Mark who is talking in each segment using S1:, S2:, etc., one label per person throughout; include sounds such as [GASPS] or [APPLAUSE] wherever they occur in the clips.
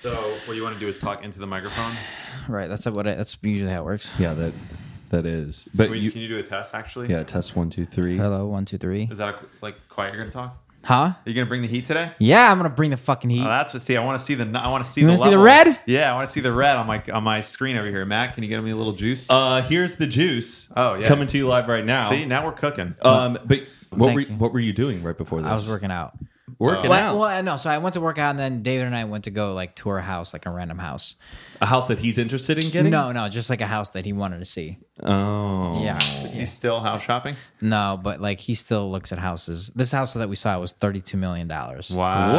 S1: So what you want to do is talk into the microphone.
S2: Right. That's what. I, that's usually how it works.
S3: Yeah, that that is. But
S1: Can, we,
S3: you,
S1: can you do a test actually?
S3: yeah, test one, two, three.
S2: Hello, one, two, three.
S1: Is that a, like quiet? You're gonna talk?
S2: Huh?
S1: Are you gonna bring the heat today?
S2: Yeah, I'm gonna bring the fucking heat.
S1: Oh, that's what. See, I want to see the. I want to see
S2: You
S1: the.
S2: wanna see the
S1: level.
S2: red?
S1: Yeah, I want to see the red on my on my screen over here. Matt, can you get me a little juice?
S4: Uh, here's the juice.
S1: Oh, yeah.
S4: coming to you live right now.
S1: see, now we're cooking.
S4: um, but what
S2: Thank
S4: were
S2: you.
S4: what were you doing right before this?
S2: I was working out.
S4: working out
S2: Well, well, no. So I went to work out, and then David and I went to go like tour a house, like a random house.
S4: a house that he's interested in getting.
S2: No, no, just like a house that he wanted to see.
S4: Oh,
S2: Yeah.
S1: is he still house shopping?
S2: No, but like he still looks at houses. This house that we saw was thirty-two million dollars.
S1: Wow.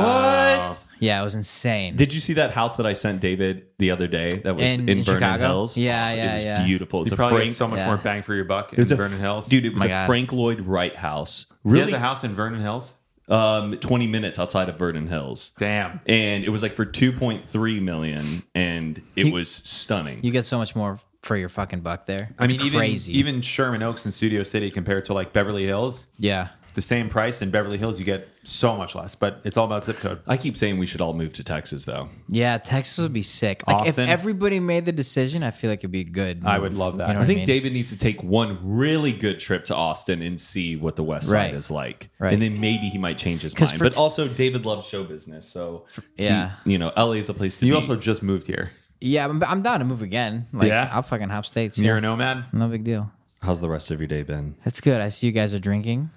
S4: What?
S2: Yeah, it was insane.
S4: Did you see that house that I sent David the other day? That was
S2: In-
S4: in,
S2: in
S4: Vernon
S2: Chicago?
S4: Hills.
S2: Yeah, yeah,
S4: It was
S2: yeah.
S4: beautiful. It's
S1: You
S4: a
S1: probably
S4: Frank,
S1: get so much
S2: Yeah.
S1: more bang for your buck in
S4: it was a
S1: Vernon Hills,
S4: dude. It was
S2: My
S4: a
S2: God.
S4: Frank Lloyd Wright house.
S1: He
S4: Really,
S1: has a house in Vernon Hills.
S4: um, twenty minutes outside of Vernon Hills.
S1: Damn.
S4: And it was like for two point three million, and it was stunning.
S2: you get so much more for your fucking buck there?
S1: I
S2: It's
S1: mean, even
S2: crazy.
S1: even Sherman Oaks and Studio City compared to like Beverly Hills,
S2: yeah.
S1: the same price in Beverly Hills, you get so much less. But it's all about zip code.
S4: I keep saying we should all move to Texas, though.
S2: Yeah, Texas would be sick. Like
S1: Austin.
S2: if everybody made the decision, I feel like it'd be good.
S1: I would love that.
S2: You know
S4: I
S2: what
S4: think
S2: mean?
S4: David needs to take one really good trip to Austin and see what the West Side
S2: Right.
S4: is like,
S2: Right.
S4: and then maybe he might change his
S2: 'Cause
S4: mind.
S2: for
S4: But
S2: t-
S4: also, David loves show business, so he-
S2: Yeah.
S4: you know, LA is the place to
S1: You
S4: be.
S1: also just moved here.
S2: Yeah, I'm, I'm down to move again. Like,
S1: Yeah?
S2: I'll fucking hop states.
S1: You're
S2: Yeah.
S1: a nomad.
S2: No big deal.
S4: How's the rest of your day been?
S2: That's good. I see you guys are drinking.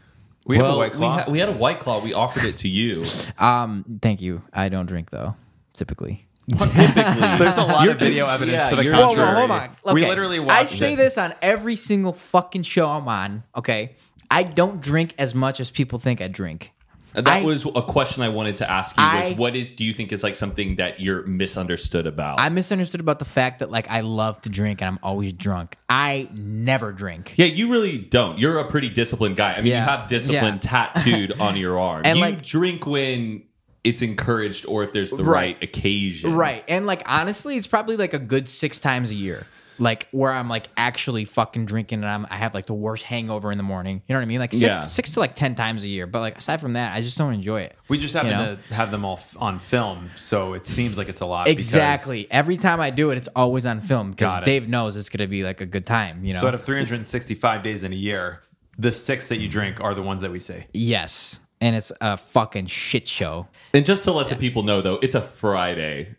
S1: We
S4: well,
S1: have a white claw.
S4: We, ha- we had a white claw. We offered it
S2: [LAUGHS]
S4: to you.
S2: Um, thank you. I don't drink though, typically.
S4: Typically,
S1: There's
S4: [LAUGHS]
S1: a lot of video evidence
S4: yeah,
S1: to the
S4: you're- Whoa, whoa,
S1: contrary. We literally watched
S2: I say
S1: it.
S2: this on every single fucking show I'm on. Okay, I don't drink as much as people think I drink.
S4: that
S2: I-
S4: was a question I wanted to ask you. Was
S2: I-
S4: what is, do you think is like something that you're misunderstood about?
S2: I misunderstood about the fact that like I love to drink and I'm always drunk. I never drink.
S4: yeah, you really don't. You're a pretty disciplined guy. I mean,
S2: Yeah.
S4: you have discipline
S2: Yeah.
S4: tattooed
S2: [LAUGHS]
S4: on your arm.
S2: And,
S4: you
S2: like-
S4: drink when it's encouraged or if there's the
S2: Right.
S4: right, occasion.
S2: Right. And like honestly, it's probably like a good six times a year. Like where I'm like actually fucking drinking and I'm I have like the worst hangover in the morning. You know what I mean? Like six
S4: Yeah.
S2: six to like ten times a year. But like aside from that, I just don't enjoy it.
S1: We just happen
S2: you know?
S1: to have them all f- on film, so it seems like it's a lot. because-
S2: Exactly. Every time I do it, it's always on film because
S1: Got it.
S2: Dave knows it's gonna be like a good time, you know.
S1: So out of 365 days in a year, the six that you drink are the ones that we say.
S2: yes. And it's a fucking shit show.
S4: And just to let the people know, though, it's a Friday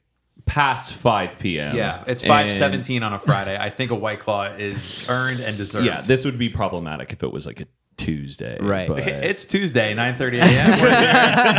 S4: past 5 p.m.
S1: Yeah, it's
S4: And-
S1: 517 on a Friday. I think a White Claw is earned and deserved.
S4: Yeah, this would be problematic if it was like a Tuesday.
S2: Right.
S4: But
S1: it's Tuesday, 9.30
S4: [LAUGHS]
S1: a.m. We're here.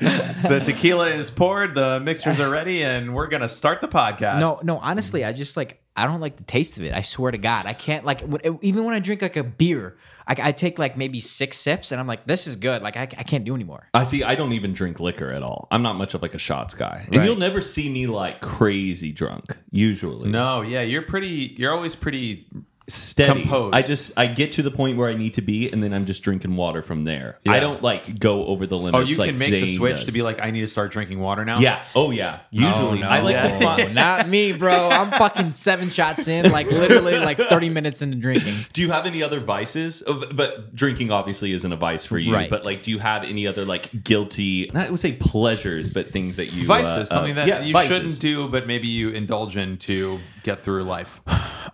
S1: [LAUGHS] the tequila is poured, the mixers are ready, and we're going to start the podcast.
S2: No, no.
S1: Mhm.
S2: Honestly, I just like I don't like the taste of it. I swear to God, I can't like when, e, even when I drink like a beer, I, I take like maybe six sips and I'm like, this is good. Like I, I can't do anymore.
S4: I see. I don't even drink liquor at all. I'm not much of like a shots guy, and
S2: Right.
S4: you'll never see me like crazy drunk. Usually,
S1: No, yeah, you're pretty, you're always pretty,
S4: steady.
S1: Composed.
S4: I just I get to the point where I need to be, and then I'm just drinking water from there. I don't like go over the limits.
S1: oh, you
S4: like
S1: can make the
S4: Zane
S1: switch
S4: does.
S1: to be like, I need to start drinking water now.
S4: yeah. Oh yeah. Usually,
S1: no.
S4: I like
S1: Yeah.
S4: to
S2: Oh,
S4: [LAUGHS] find.
S2: not me, bro. I'm fucking seven shots in, like literally like 30 minutes into drinking.
S4: Do you have any other vices? Oh, but- But drinking obviously isn't a vice for you.
S2: Right.
S4: But like, do you have any other like guilty? I would say pleasures, but things that you
S1: Vices,
S4: uh, uh,
S1: something that
S4: yeah,
S1: you
S4: vices.
S1: shouldn't do, but maybe you indulge in to get through life.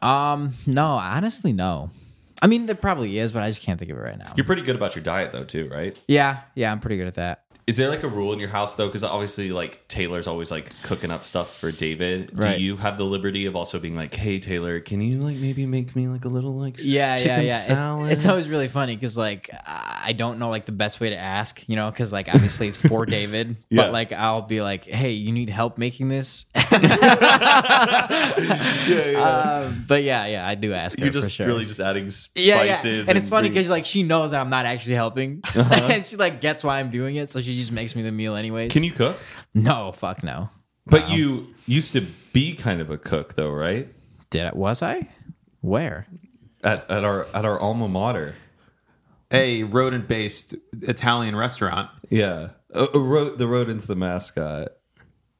S2: Um, no, honestly, no. I mean, there probably is, but I just can't think of it right now.
S4: You're pretty good about your diet though, too, right?
S2: yeah, yeah, I'm pretty good at that.
S4: Is there like a rule in your house though? Because obviously, like Taylor's always like cooking up stuff for David.
S2: Right.
S4: Do you have the liberty of also being like, "Hey, Taylor, can you like maybe make me like a little like s-
S2: yeah, yeah,
S4: chicken
S2: yeah. It's-
S4: salad?"
S2: It's,
S4: [LAUGHS]
S2: always really funny because like I don't know like the best way to ask, you know, because like obviously it's
S4: [LAUGHS]
S2: for David,
S4: Yeah.
S2: but like I'll be like, hey, you need help making this.
S4: [LAUGHS]
S2: Uh, but yeah, yeah, I do ask.
S4: you're
S2: her for
S4: just
S2: sure.
S4: really just adding spices.
S2: yeah, yeah. And, it's funny
S4: green- Uh-huh.
S2: because like she knows that I'm not actually helping, [LAUGHS] and she like gets why I'm doing it, so she just makes me the meal anyways.
S4: can you cook?
S2: No, fuck no.
S4: But you used to be kind of a cook though, right?
S2: Did I? Was I? Where?
S4: At at our at our alma mater.
S1: a rodent based Italian restaurant.
S4: Yeah, uh, uh, ro- the rodent's the mascot.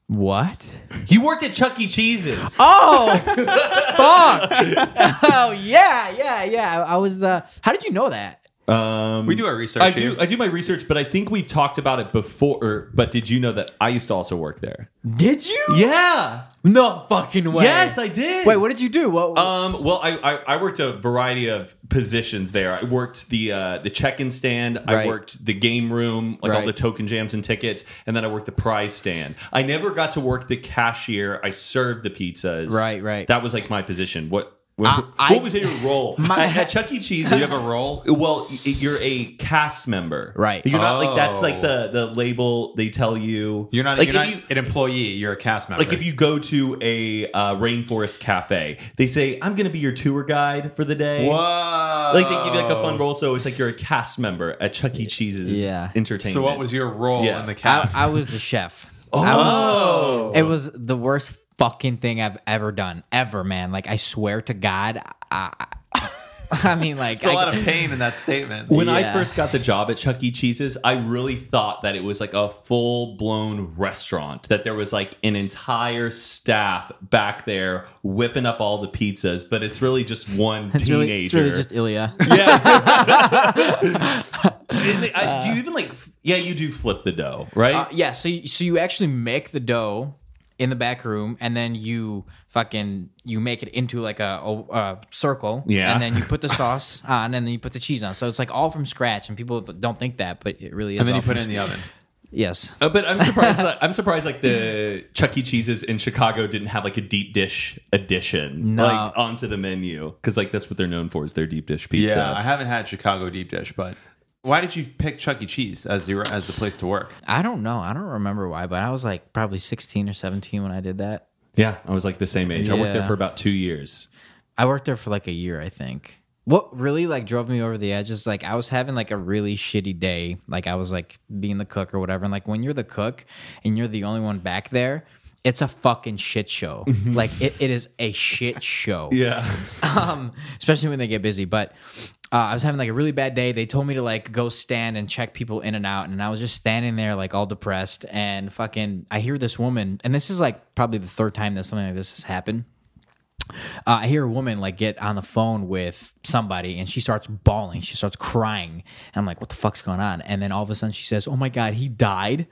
S2: What?
S4: You worked at Chuck E. Cheese's.
S2: [LAUGHS] Oh, fuck. Oh, yeah, yeah, yeah. I was the. How did you know that?
S4: Um,
S1: We do our research
S4: I
S1: here.
S4: do. I do my research, but I think we've talked about it before. But did you know that I used to also work there?
S2: Did you?
S4: Yeah.
S2: No fucking way.
S4: Yes, I did.
S2: Wait, what did you do? What?
S4: Um, well, I, I I worked a variety of positions there. I worked the uh, the check-in stand. I
S2: Right.
S4: worked the game room, like all
S2: Right.
S4: the token jams and tickets, and then I worked the prize stand. I never got to work the cashier. I served the pizzas.
S2: Right, right.
S4: That was like my position. What what,
S2: I- I-
S4: what was your [LAUGHS] role
S2: My-
S4: at, at Chuck E. Cheese?
S1: Do you have a role?
S4: [LAUGHS] Well, y- you're a cast member,
S2: Right.
S4: You're not like that's
S1: Oh.
S4: like the the label they tell you.
S1: You're not,
S4: like
S1: you're not
S4: if you-
S1: an employee. You're a cast member.
S4: like if you go to a uh, rainforest cafe, they say, "I'm going to be your tour guide for the day."
S1: Whoa.
S4: Like they give you like a fun role, so it's like you're a cast member at Chuck E. Cheese's
S2: Yeah.
S4: entertainment.
S1: So what was your role
S4: Yeah.
S1: in the
S2: I,
S1: cast? [LAUGHS]
S2: I was the chef. I was,
S4: Oh,
S2: it was the worst fucking thing I've ever done, ever, man. Like I swear to God, I, I, [LAUGHS] I mean, like,
S1: It's a
S2: I-
S1: lot of pain in that statement.
S4: when I
S2: Yeah.
S4: first got the job at Chuck E. Cheese's, I really thought that it was like a full blown restaurant, that there was like an entire staff back there whipping up all the pizzas, but it's really just one
S2: [LAUGHS] [LAUGHS] it's
S4: teenager.
S2: really, it's really
S4: [LAUGHS]
S2: just [LAUGHS] Ilya.
S4: Yeah. And they- I- do you even like? Yeah, you do flip the dough, right?
S2: Uh, yeah, so you, so you actually make the dough in the back room, and then you fucking you make it into like a, a, a circle,
S4: Yeah.
S2: and then you put the sauce [LAUGHS] on, and then you put the cheese on. So it's like all from scratch, and people don't think that, but it really is.
S1: and then you
S2: all
S1: put
S2: from
S1: it in the
S4: [LAUGHS]
S1: oven.
S2: yes.
S4: Uh, but I'm surprised. that, I'm surprised. Like the Chuck E. Cheese's in Chicago didn't have like a deep dish addition
S2: No.
S4: like onto the menu because like that's what they're known for is their deep dish pizza.
S1: Yeah, I haven't had Chicago deep dish, but why did you pick Chuck E. Cheese as the as the place to work?
S2: I don't know. I don't remember why, but I was like probably 16 or 17 when I did that.
S4: Yeah, I was like the same age. I worked there
S2: Yeah.
S4: for about two years.
S2: I worked there for like a year, I think. What really like drove me over the edge is like I was having like a really shitty day. Like I was like being the cook or whatever. And like when you're the cook and you're the only one back there, it's a fucking shit show. like it, it is a shit show.
S4: Yeah,
S2: um, especially when they get busy. But uh, I was having like a really bad day. They told me to like go stand and check people in and out, and I was just standing there like all depressed and fucking. I hear this woman, and this is like probably the third time that something like this has happened. Uh, I hear a woman like get on the phone with somebody and she starts bawling. She starts crying. And I'm like, what the fuck's going on? And then all of a sudden she says, oh my God, he died.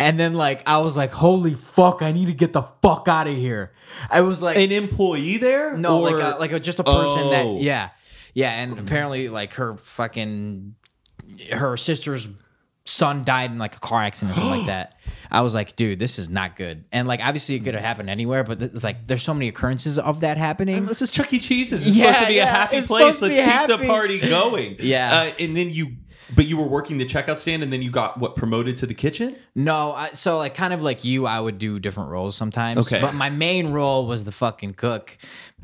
S2: And then like, I was like, holy fuck, I need to get the fuck out of here. I was like,
S4: an employee there?
S2: no,
S4: Or-
S2: like uh, a, like a, just a person
S4: Oh.
S2: that yeah, yeah, and apparently like her fucking her sister's son died in like a car accident or something
S4: [GASPS]
S2: like that. I was like, dude, this is not good. And like obviously it could have happened anywhere, but it's like there's so many occurrences of that happening.
S4: This is Chuck E. Cheese's. It's
S2: Yeah,
S4: supposed to be a
S2: yeah,
S4: happy
S2: it's
S4: place.
S2: supposed to
S4: Let's
S2: be
S4: keep the
S2: happy.
S4: party going.
S2: [LAUGHS] Yeah.
S4: Uh, and then you, but you were working the checkout stand, and then you got what promoted to the kitchen.
S2: No, I, so like kind of like you, I would do different roles sometimes.
S4: Okay.
S2: but my main role was the fucking cook.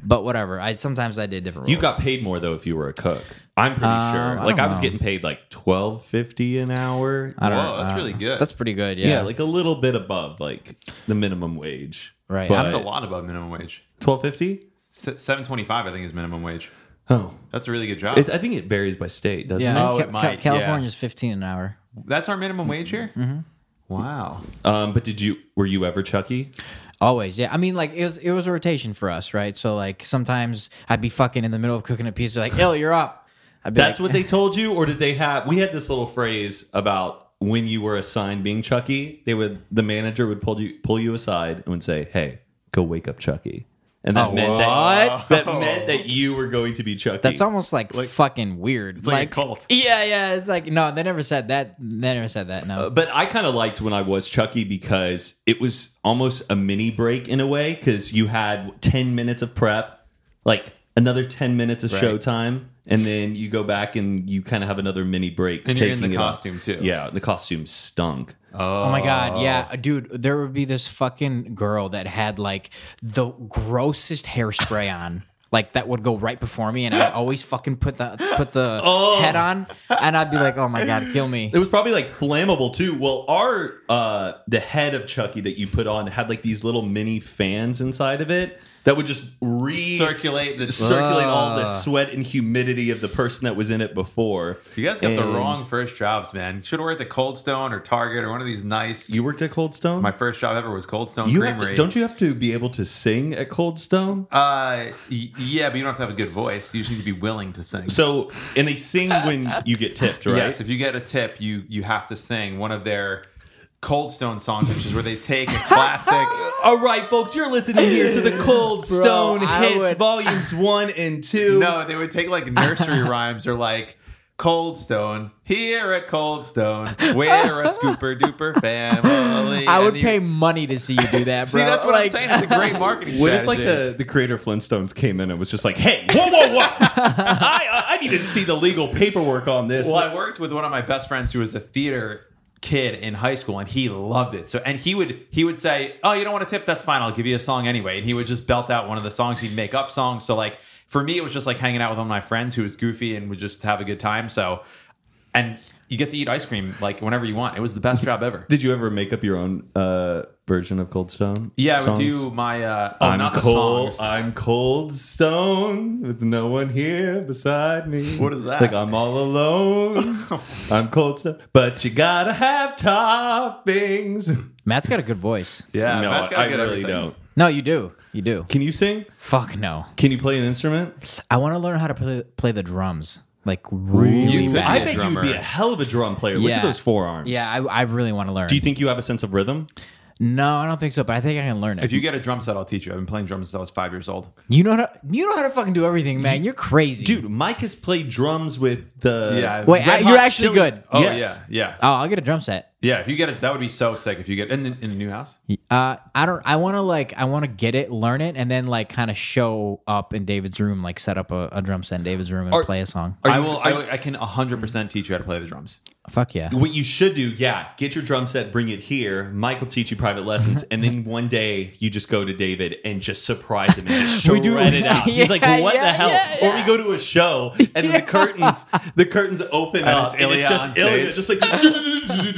S2: But whatever, I sometimes I did different.
S4: You
S2: roles.
S4: got paid more though if you were a cook. I'm pretty
S2: Um,
S4: sure.
S2: I
S4: Like
S2: don't
S4: I was
S2: know.
S4: getting paid like twelve fifty an hour.
S2: I don't
S1: Whoa, that's
S2: uh,
S1: really good.
S2: That's pretty good. Yeah,
S4: yeah. like a little bit above like the minimum wage.
S2: Right.
S4: But
S1: That's a lot above minimum wage.
S4: Twelve fifty.
S1: Seven twenty-five, I think, is minimum wage.
S4: Oh,
S1: That's a really good job.
S4: it, I think it varies by state, doesn't
S2: yeah.
S1: Oh, it
S2: Ca-
S1: might,
S2: Ca-
S1: yeah.
S2: California's 15 an hour.
S1: That's our minimum wage here. Mm-hmm. Wow.
S4: it? Um, but did you were you ever E? Chucky?
S2: Always, yeah. I mean, like it was it was a rotation for us, right? So like sometimes I'd be fucking in the middle of cooking a pizza, like, "Ill, you're up." I'd be
S4: That's
S2: like, [LAUGHS]
S4: what they told you, or did they have? We had this little phrase about when you were assigned being Chucky. They would the manager would pull you pull you aside and would say, "Hey, go wake up Chucky," and that
S2: Oh,
S4: meant that
S2: what?
S4: that meant that you were going to be Chucky.
S2: That's almost like, fucking weird. It's
S1: like a cult.
S2: Yeah, yeah. It's like no, they never said that. They never said that. No.
S4: But I kind of liked when I was Chucky because it was almost a mini break in a way because you had 10 minutes of prep, like another 10 minutes of showtime, and then you go back and you kind of have another mini break.
S1: And you're in the
S4: it off.
S1: costume, too.
S4: Yeah, the costume stunk.
S2: Oh my god, yeah, dude. There would be this fucking girl that had like the grossest hairspray on, like that would go right before me, and I'd always fucking put the put the head on, and I'd be like, "Oh my god, kill me."
S4: It was probably like flammable too. Well, our uh the head of Chucky that you put on had like these little mini fans inside of it. that would just re
S1: Circulate the.
S4: circulate all the
S2: Ah.
S4: sweat and humidity of the person that was in it before.
S1: You guys got the
S4: And-
S1: wrong first jobs, man. You should have worked at Cold Stone or Target or one of these nice.
S4: You worked at Cold Stone.
S1: my first job ever was Cold Stone
S4: you have
S1: Creamery.
S4: to, don't you have to be able to sing at Cold Stone?
S1: Uh, y- yeah, but you don't have to have a good voice. You just need to be willing to sing.
S4: So and they sing when you get tipped, right?
S1: Yes, if you get a tip, you you have to sing one of their Cold Stone songs, which is where they take a classic.
S4: All right, folks, you're listening here to
S1: [LAUGHS]
S4: the Cold
S2: Bro,
S4: Stone
S2: I
S4: Hits
S2: would-
S4: Volumes 1 and 2.
S1: no, they would take like
S2: [LAUGHS]
S1: nursery rhymes or like Cold Stone here at Cold Stone. We're
S2: [LAUGHS]
S1: a scooper duper family.
S2: I would
S1: And you-
S2: pay money to see you do
S1: [LAUGHS]
S2: that,
S1: See,
S2: bro.
S1: that's what I'm
S2: Like,
S1: saying. It's a great marketing.
S4: What if like
S1: strategy.
S4: the, the creator Flintstones came in and was just like, hey, whoa, whoa,
S1: [LAUGHS]
S4: whoa. I, I I needed to see the legal paperwork on this.
S1: Well, I worked with one of my best friends who was a theater kid in high school and he loved it. So and he would he would say, "Oh, you don't want a tip? That's fine. I'll give you a song anyway." And he would just belt out one of the songs. He'd make up songs. So like for me, it was just like hanging out with one of my friends who was goofy and would just have a good time. So and you get to eat ice cream like whenever you want. It was the best job
S4: [LAUGHS]
S1: ever.
S4: Did you ever make up your own uh, version of Cold Stone?
S1: Yeah, I would
S4: songs?
S1: do my uh, oh,
S4: I'm
S1: not the
S4: cold. Uh,
S1: songs.
S4: I'm cold stone with no one here beside me.
S1: What is that?
S4: Like I'm
S1: [LAUGHS]
S4: all alone. I'm cold stone, but you gotta have toppings.
S2: Matt's got a good voice.
S1: yeah,
S4: no,
S1: Matt's got
S4: I
S1: good
S4: really
S1: everything.
S4: don't.
S2: No, you do. You do.
S4: Can you sing?
S2: Fuck no.
S4: Can you play an instrument?
S2: I want to learn how to play, play the drums. Like really
S1: You could
S2: bad.
S1: be
S4: I
S1: a
S4: bet
S1: drummer.
S4: you'd be a hell of a drum player. Look
S2: Yeah.
S4: at those forearms.
S2: Yeah, I, I really want to learn.
S4: Do you think you have a sense of rhythm?
S2: no, I don't think so, but I think I can learn it.
S1: If you get a drum set, I'll teach you. I've been playing drums since I was five years old.
S2: you know how to, you know how to fucking do everything, man. You're crazy,
S4: Dude, Mike has played drums with the.
S1: Yeah.
S2: Wait,
S4: Red
S2: I-
S4: Hot
S2: you're actually
S4: Chili-
S2: good.
S1: Oh
S4: Yes.
S1: yeah, yeah,
S2: Oh, I'll get a drum set.
S1: yeah. If you get it, that would be so sick. If you get in the, in the new house.
S2: Uh, I don't. I want to like. I want to get it, learn it, and then like kind of show up in David's room, like set up a, a drum set in David's room and
S4: Are-
S2: play a song.
S4: Are
S1: I
S4: you-
S1: will.
S4: are
S1: I,
S4: you-
S1: will- I can 100% teach you how to play the drums.
S2: Fuck yeah.
S4: What you should do, yeah, get your drum set, bring it here. Mike will teach you private lessons, and then one day you just go to David and just surprise him and just
S2: We
S4: shred
S2: do-
S4: it out. He's like,
S2: Yeah,
S4: "What the
S2: yeah,
S4: hell?"
S2: yeah,
S4: Or we go to a show and then the curtains, the curtains open
S1: And
S4: up,
S1: it's
S4: and
S1: Ilya
S4: it's
S1: on
S4: just
S1: stage.
S4: Ilya, just like.
S1: [LAUGHS]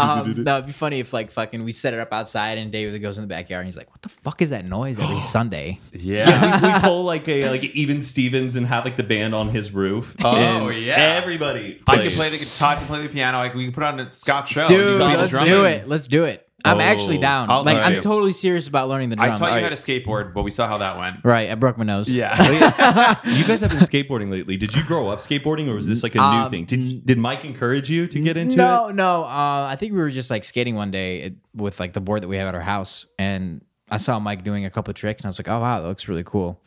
S2: Um, that would be funny if like fucking we set it up outside and David goes in the backyard and he's like, "What the fuck is that
S1: [GASPS]
S2: noise every Sunday?"
S1: Yeah.
S4: [LAUGHS] we, we pull like a like even Stevens and have like the band on his roof.
S1: Oh,
S4: and
S1: yeah.
S4: everybody.
S1: I can
S4: plays.
S1: play the guitar. I can play the piano. I can, we can put on a Scott show.
S2: Dude,
S1: You can be the
S2: let's
S1: drummer.
S2: do it. Let's do it. I'm
S4: Oh,
S2: actually down.
S1: I'll
S2: like
S1: try
S2: I'm
S1: it.
S2: totally serious about learning the
S1: I
S2: drums.
S1: taught you how to skateboard, but we saw how that went.
S2: Right, I broke my
S1: [LAUGHS]
S2: nose.
S1: Yeah.
S4: You guys have been skateboarding lately. Did you grow up skateboarding, or was this like a new
S2: Um,
S4: thing? Did Did Mike encourage you to get into it?
S2: no, no. Uh, I think we were just like skating one day it- with like the board that we have at our house, and I saw Mike doing a couple of tricks, and I was like, "Oh wow, that looks really cool."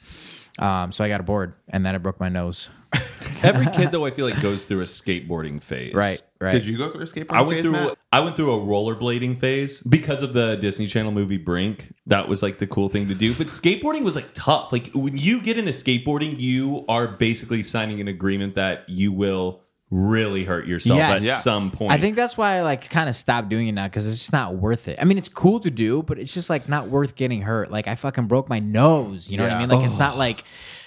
S2: Um, so I got a board, and then I broke my nose. [LAUGHS]
S4: Every kid though, I feel like goes through a skateboarding phase.
S2: Right, right.
S1: Did you go through a skateboarding?
S4: I went
S1: phase,
S4: through
S1: Matt?
S4: I went through a rollerblading phase because of the Disney Channel movie Brink. That was like the cool thing to do. But skateboarding was like tough. Like when you get into skateboarding, you are basically signing an agreement that you will really hurt yourself
S2: Yes.
S4: at
S2: Yes.
S4: some point.
S2: I think that's why I like kind of stopped doing it now because it's just not worth it. I mean, it's cool to do, but it's just like not worth getting hurt. Like I fucking broke my nose. You know what
S1: Yeah.
S2: I mean? Like it's not like,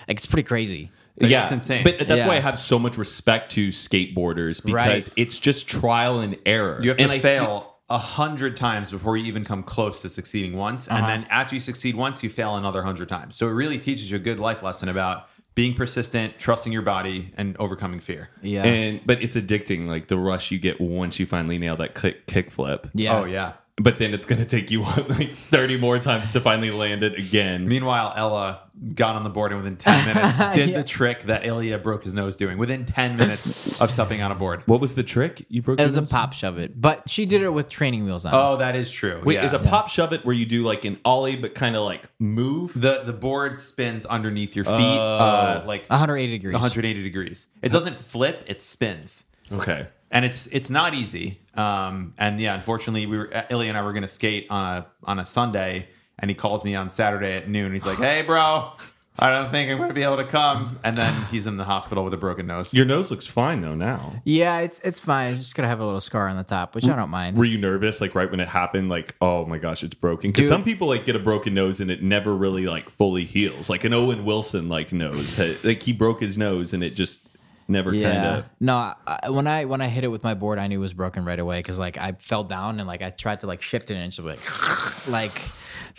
S2: like it's pretty crazy.
S1: Like,
S4: yeah,
S1: it's insane.
S4: But that's
S2: Yeah.
S4: why I have so much respect to skateboarders because
S2: Right.
S4: it's just trial and error.
S1: You have to
S4: and I-
S1: fail a hundred times before you even come close to succeeding once, and then after you succeed once, you fail another hundred times. So it really teaches you a good life lesson about being persistent, trusting your body, and overcoming fear.
S2: Yeah.
S4: And but it's addicting, like the rush you get once you finally nail that kick kickflip.
S2: yeah.
S1: Oh yeah.
S4: but then it's going to take you [LAUGHS] like 30 more times to finally land it again.
S1: Meanwhile, Ella got on the board and within
S2: [LAUGHS]
S1: 10 minutes did
S2: Yeah.
S1: the trick that Ilya broke his nose doing within 10 minutes of stepping on a board.
S4: What was the trick you broke?
S2: It was
S4: your
S2: a
S4: nose?
S2: pop shove it, but she did it with training wheels on.
S1: Oh, that is true.
S4: Wait,
S1: yeah.
S4: is a pop shove it where you do like an ollie but kind of like move?
S1: the the board spins underneath your feet
S4: Oh.
S1: uh, like
S2: 180 degrees.
S1: 180 degrees. It doesn't flip, it spins.
S4: Okay.
S1: And it's it's not easy. Um, and yeah, unfortunately, we were uh, Ilya and I were going to skate on a on a Sunday and he calls me on Saturday at noon. He's like, "Hey, bro, I don't think I'm going to be able to come." And then he's in the hospital with a broken nose.
S4: Your nose looks fine though now.
S2: Yeah, it's it's fine. It's just gonna have a little scar on the top, which I don't mind.
S4: Were you nervous like right when it happened? Like, oh my gosh, it's broken. Because
S2: Dude.
S4: some people like get a broken nose and it never really like fully heals. Like an Owen Wilson like nose. had- Like he broke his nose and it just never kind
S2: yeah.
S4: of.
S2: No, I, I- when I when I hit it with my board, I knew it was broken right away because like I fell down and like I tried to like shift it and it's just like like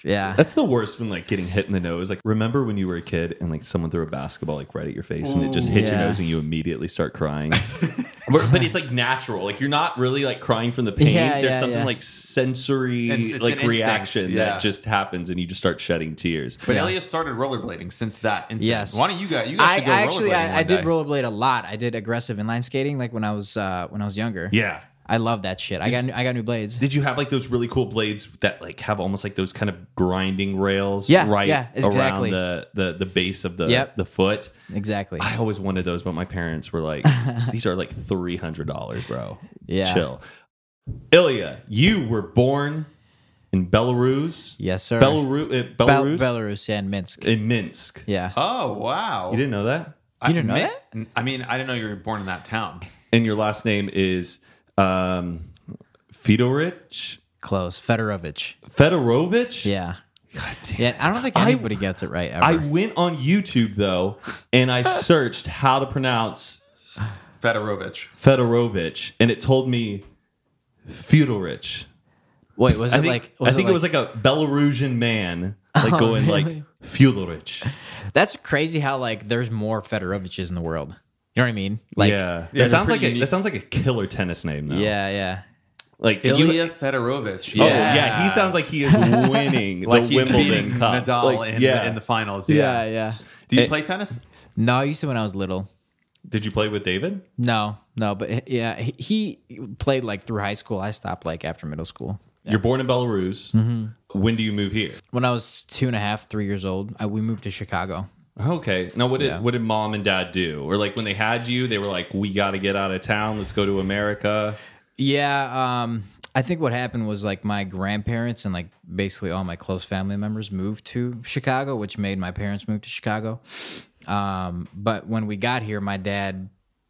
S2: Yeah.
S4: That's the worst when like getting hit in the nose. Like remember when you were a kid and like someone threw a basketball like right at your face and it just hit
S2: Yeah.
S4: your nose and you immediately
S2: [LAUGHS]
S4: start crying. but but it's like natural. Like you're not really like crying from the pain.
S2: Yeah,
S4: There's
S2: yeah,
S4: something
S2: yeah.
S4: like sensory
S1: It's- it's an
S4: like
S1: instinct,
S4: reaction
S1: yeah.
S4: that just happens and you just start shedding tears.
S1: But
S2: Yeah.
S1: Elias started rollerblading since that incident.
S2: Yes.
S1: Why don't you guys? You guys
S2: I,
S1: should go
S2: I actually
S1: rollerblading
S2: I, I
S1: one
S2: did
S1: day.
S2: rollerblade a lot. I did aggressive inline skating like when I was uh when I was younger.
S4: yeah.
S2: I love that shit. I got new- I got new blades.
S4: Did you have like those really cool blades that like have almost like those kind of grinding rails
S2: Yeah,
S4: right
S2: yeah, exactly.
S4: around the, the the base of the
S2: Yep.
S4: the foot?
S2: Exactly.
S4: I always wanted those, but my parents were like, [LAUGHS] these are like $300, bro.
S2: Yeah.
S4: Chill. Ilya, you were born in Belarus.
S2: Yes, sir.
S4: Belarus. Uh,
S2: Be-
S4: Belarus? Uh,
S2: Belarus, yeah, and Minsk.
S4: in Minsk.
S2: Yeah.
S1: Oh wow!
S4: You didn't know that?
S1: I,
S2: You didn't know
S1: mi- I mean, I didn't know you were born in that town.
S4: And your last name is um, Fedorich?
S2: Close. Fedorovich.
S4: Fedorovich?
S2: Yeah.
S4: God damn.
S2: Yeah. I don't think
S4: I-
S2: anybody gets it right ever.
S4: I went on YouTube though,
S2: [LAUGHS]
S4: and I searched how to pronounce
S1: Fedorovich.
S4: Fedorovich, and it told me Fedorich.
S2: Wait, was it
S4: I think,
S2: like Oh,
S4: I think it, was like a Belarusian man like going
S2: really?
S4: like Fyodorich.
S2: That's crazy how like there's more Fedoroviches in the world. You know what I mean? Like
S4: yeah.
S1: Yeah,
S4: that sounds
S1: pretty
S4: like a,
S1: unique.
S4: that sounds like a killer tennis name though.
S2: Yeah, yeah.
S4: Like if you-
S1: Ilya Fedorovich.
S4: Oh yeah. he sounds like [LAUGHS] he is winning
S1: like
S4: the
S1: he's beating
S4: Wimbledon Cup.
S1: Nadal
S4: Like,
S1: in,
S4: yeah.
S1: in the finals. Yeah.
S2: yeah.
S1: Do you
S4: It-
S1: play tennis?
S2: No, I used to when I was little.
S4: Did you play with David?
S2: No, no, but h- yeah, he he played like through high school. I stopped like after middle school.
S4: You're born in Belarus.
S2: Mm-hmm.
S4: When do you move here?
S2: When I was two and a half, three years old, I, we moved to Chicago.
S4: Okay. Now what did
S2: Yeah.
S4: what did mom and dad do? Or like when they had you, they were like, "We got to get out of town. Let's go to America."
S2: Yeah, um, I think what happened was like my grandparents and like basically all my close family members moved to Chicago, which made my parents move to Chicago. Um, but when we got here, my dad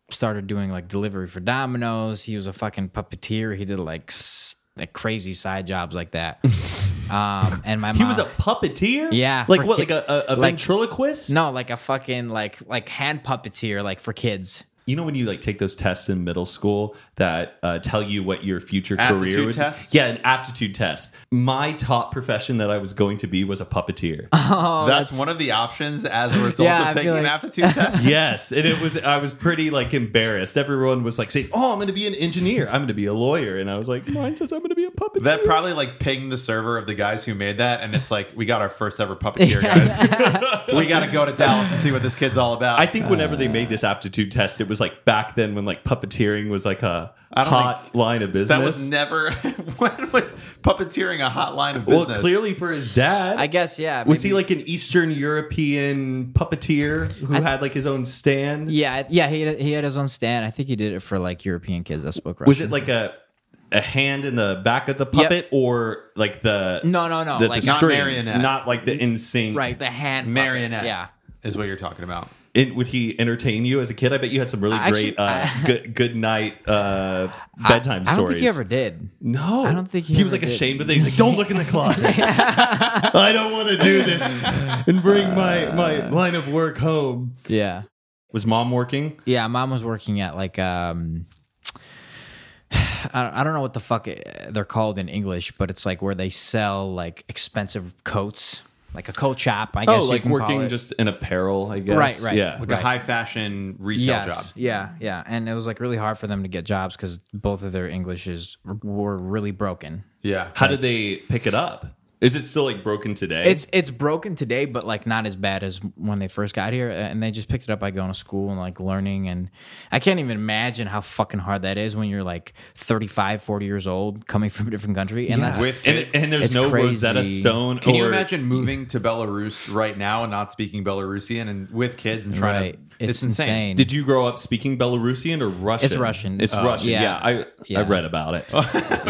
S2: started doing like delivery for Domino's. He was a fucking puppeteer. He did like s- like crazy side jobs like
S4: [LAUGHS]
S2: that. um, and my
S4: He
S2: mom,
S4: was a puppeteer.
S2: Yeah,
S4: Like
S2: for
S4: what?
S2: kid-
S4: like a, a, a
S2: like-
S4: ventriloquist?
S2: No, like a fucking like like hand puppeteer, like for
S4: [LAUGHS]
S2: kids.
S4: you know when you like take those tests in middle school that uh, tell you what your future
S1: Aptitude
S4: career would-
S1: tests?
S4: yeah an aptitude test my top profession that i was going to be was
S1: [LAUGHS]
S4: a puppeteer Oh,
S1: that's, one of the options as
S2: [LAUGHS]
S1: a result
S2: Oh, Yeah, I
S1: of taking
S2: feel
S1: an
S2: like- [LAUGHS]
S1: aptitude test.
S4: yes and it was i was pretty like embarrassed everyone was like saying oh i'm going to be an engineer i'm going to be a lawyer and i was like mine says i'm going to be a puppeteer
S1: That probably like pinged the server of the guys who made that, and it's like we got our first ever
S2: [LAUGHS]
S1: puppeteer, guys. [LAUGHS] we got to go to Dallas and see what this kid's all about.
S4: i think whenever they
S1: Uh.
S4: made this aptitude test it was like back then when like puppeteering was like a
S1: I don't
S4: hot
S1: think-
S4: line of business
S1: that was never. [LAUGHS] when was puppeteering a hot line of
S4: well
S1: business?
S4: clearly for his dad
S2: I guess, yeah.
S4: Was he
S2: maybe-
S4: like an Eastern European puppeteer who had like his own stand?
S2: Yeah, yeah. He had, he had his own stand. I think he did it for like European kids that spoke Russian.
S4: Was it like a a hand in the back of the puppet or like the
S2: No, no, no.
S4: the,
S2: like
S4: the
S1: not
S4: strings,
S1: marionette.
S4: not like the in sync?
S2: right, the hand
S1: marionette.
S2: puppet, Yeah.
S1: is what you're talking about.
S4: It- would he entertain you as a kid? I bet you had some really
S2: I actually-
S4: great uh,
S2: I- [LAUGHS]
S4: good good night uh, bedtime
S2: I, I don't
S4: stories.
S2: think he ever did.
S4: no,
S2: I don't think he
S4: was
S2: ever
S4: like
S2: did.
S4: ashamed of it. He's like, "Don't look in
S2: [LAUGHS]
S4: the closet. I don't want to do this and bring my my line of work home."
S2: Yeah.
S4: Was mom working?
S2: Yeah, mom was working at like um [SIGHS] I don't- I don't know what the fuck it- they're called in English, but it's like where they sell like expensive coats, like a coat shop. I guess
S4: oh,
S2: you
S4: like
S2: can call
S4: working
S2: it.
S4: just in apparel, I guess.
S2: Right, right.
S4: Yeah.
S1: Like
S2: Right.
S1: a high fashion retail
S2: Yeah,
S1: job.
S2: Yeah, yeah. And it was like really hard for them to get jobs because both of their Englishes were- were really broken.
S1: Yeah.
S4: How did they pick it up? Is it still like broken today?
S2: It's it's broken today, but like not as bad as when they first got here. And they just picked it up by going to school and like learning. And I can't even imagine how fucking hard that is when you're like 35, 40 years old, coming from a different country. And that's
S1: With
S4: and,
S1: kids?
S4: and there's
S2: It's
S4: no
S2: crazy.
S4: Rosetta Stone.
S1: Can you
S4: or-
S1: imagine moving to Belarus right now and not speaking Belarusian and with kids and trying
S2: right.
S1: to?
S2: It's, insane.
S4: Did you grow up speaking Belarusian or Russian?
S2: It's Russian.
S4: It's
S2: Oh,
S4: Russian.
S2: yeah.
S4: Yeah, I I
S2: Yeah.
S4: read
S2: [LAUGHS]
S4: about it. I-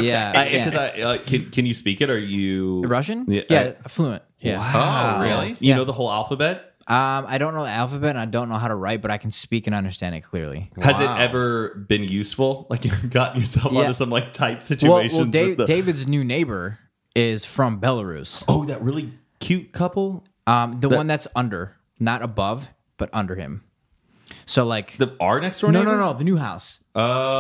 S2: Yeah.
S4: Because
S2: yeah.
S4: I, uh, can, can you speak it? Are you
S2: Russian?
S4: Yeah.
S2: yeah
S4: I-
S2: fluent. Yeah.
S1: Oh, really?
S4: you
S2: Yeah.
S4: know the whole alphabet.
S2: Um, I don't know the alphabet and I don't know how to write, but I can speak and understand it clearly.
S4: Has
S1: Wow.
S4: it ever been useful? Like you've gotten yourself
S2: Yeah.
S4: onto some like tight
S2: Well,
S4: situations.
S2: well Da-
S4: with the-
S2: David's new neighbor is from Belarus.
S4: oh, that really cute couple.
S2: Um, the one that's under, not above, but under him. So like
S4: The our next door
S2: no,
S4: neighbors?
S2: no, no, the new house.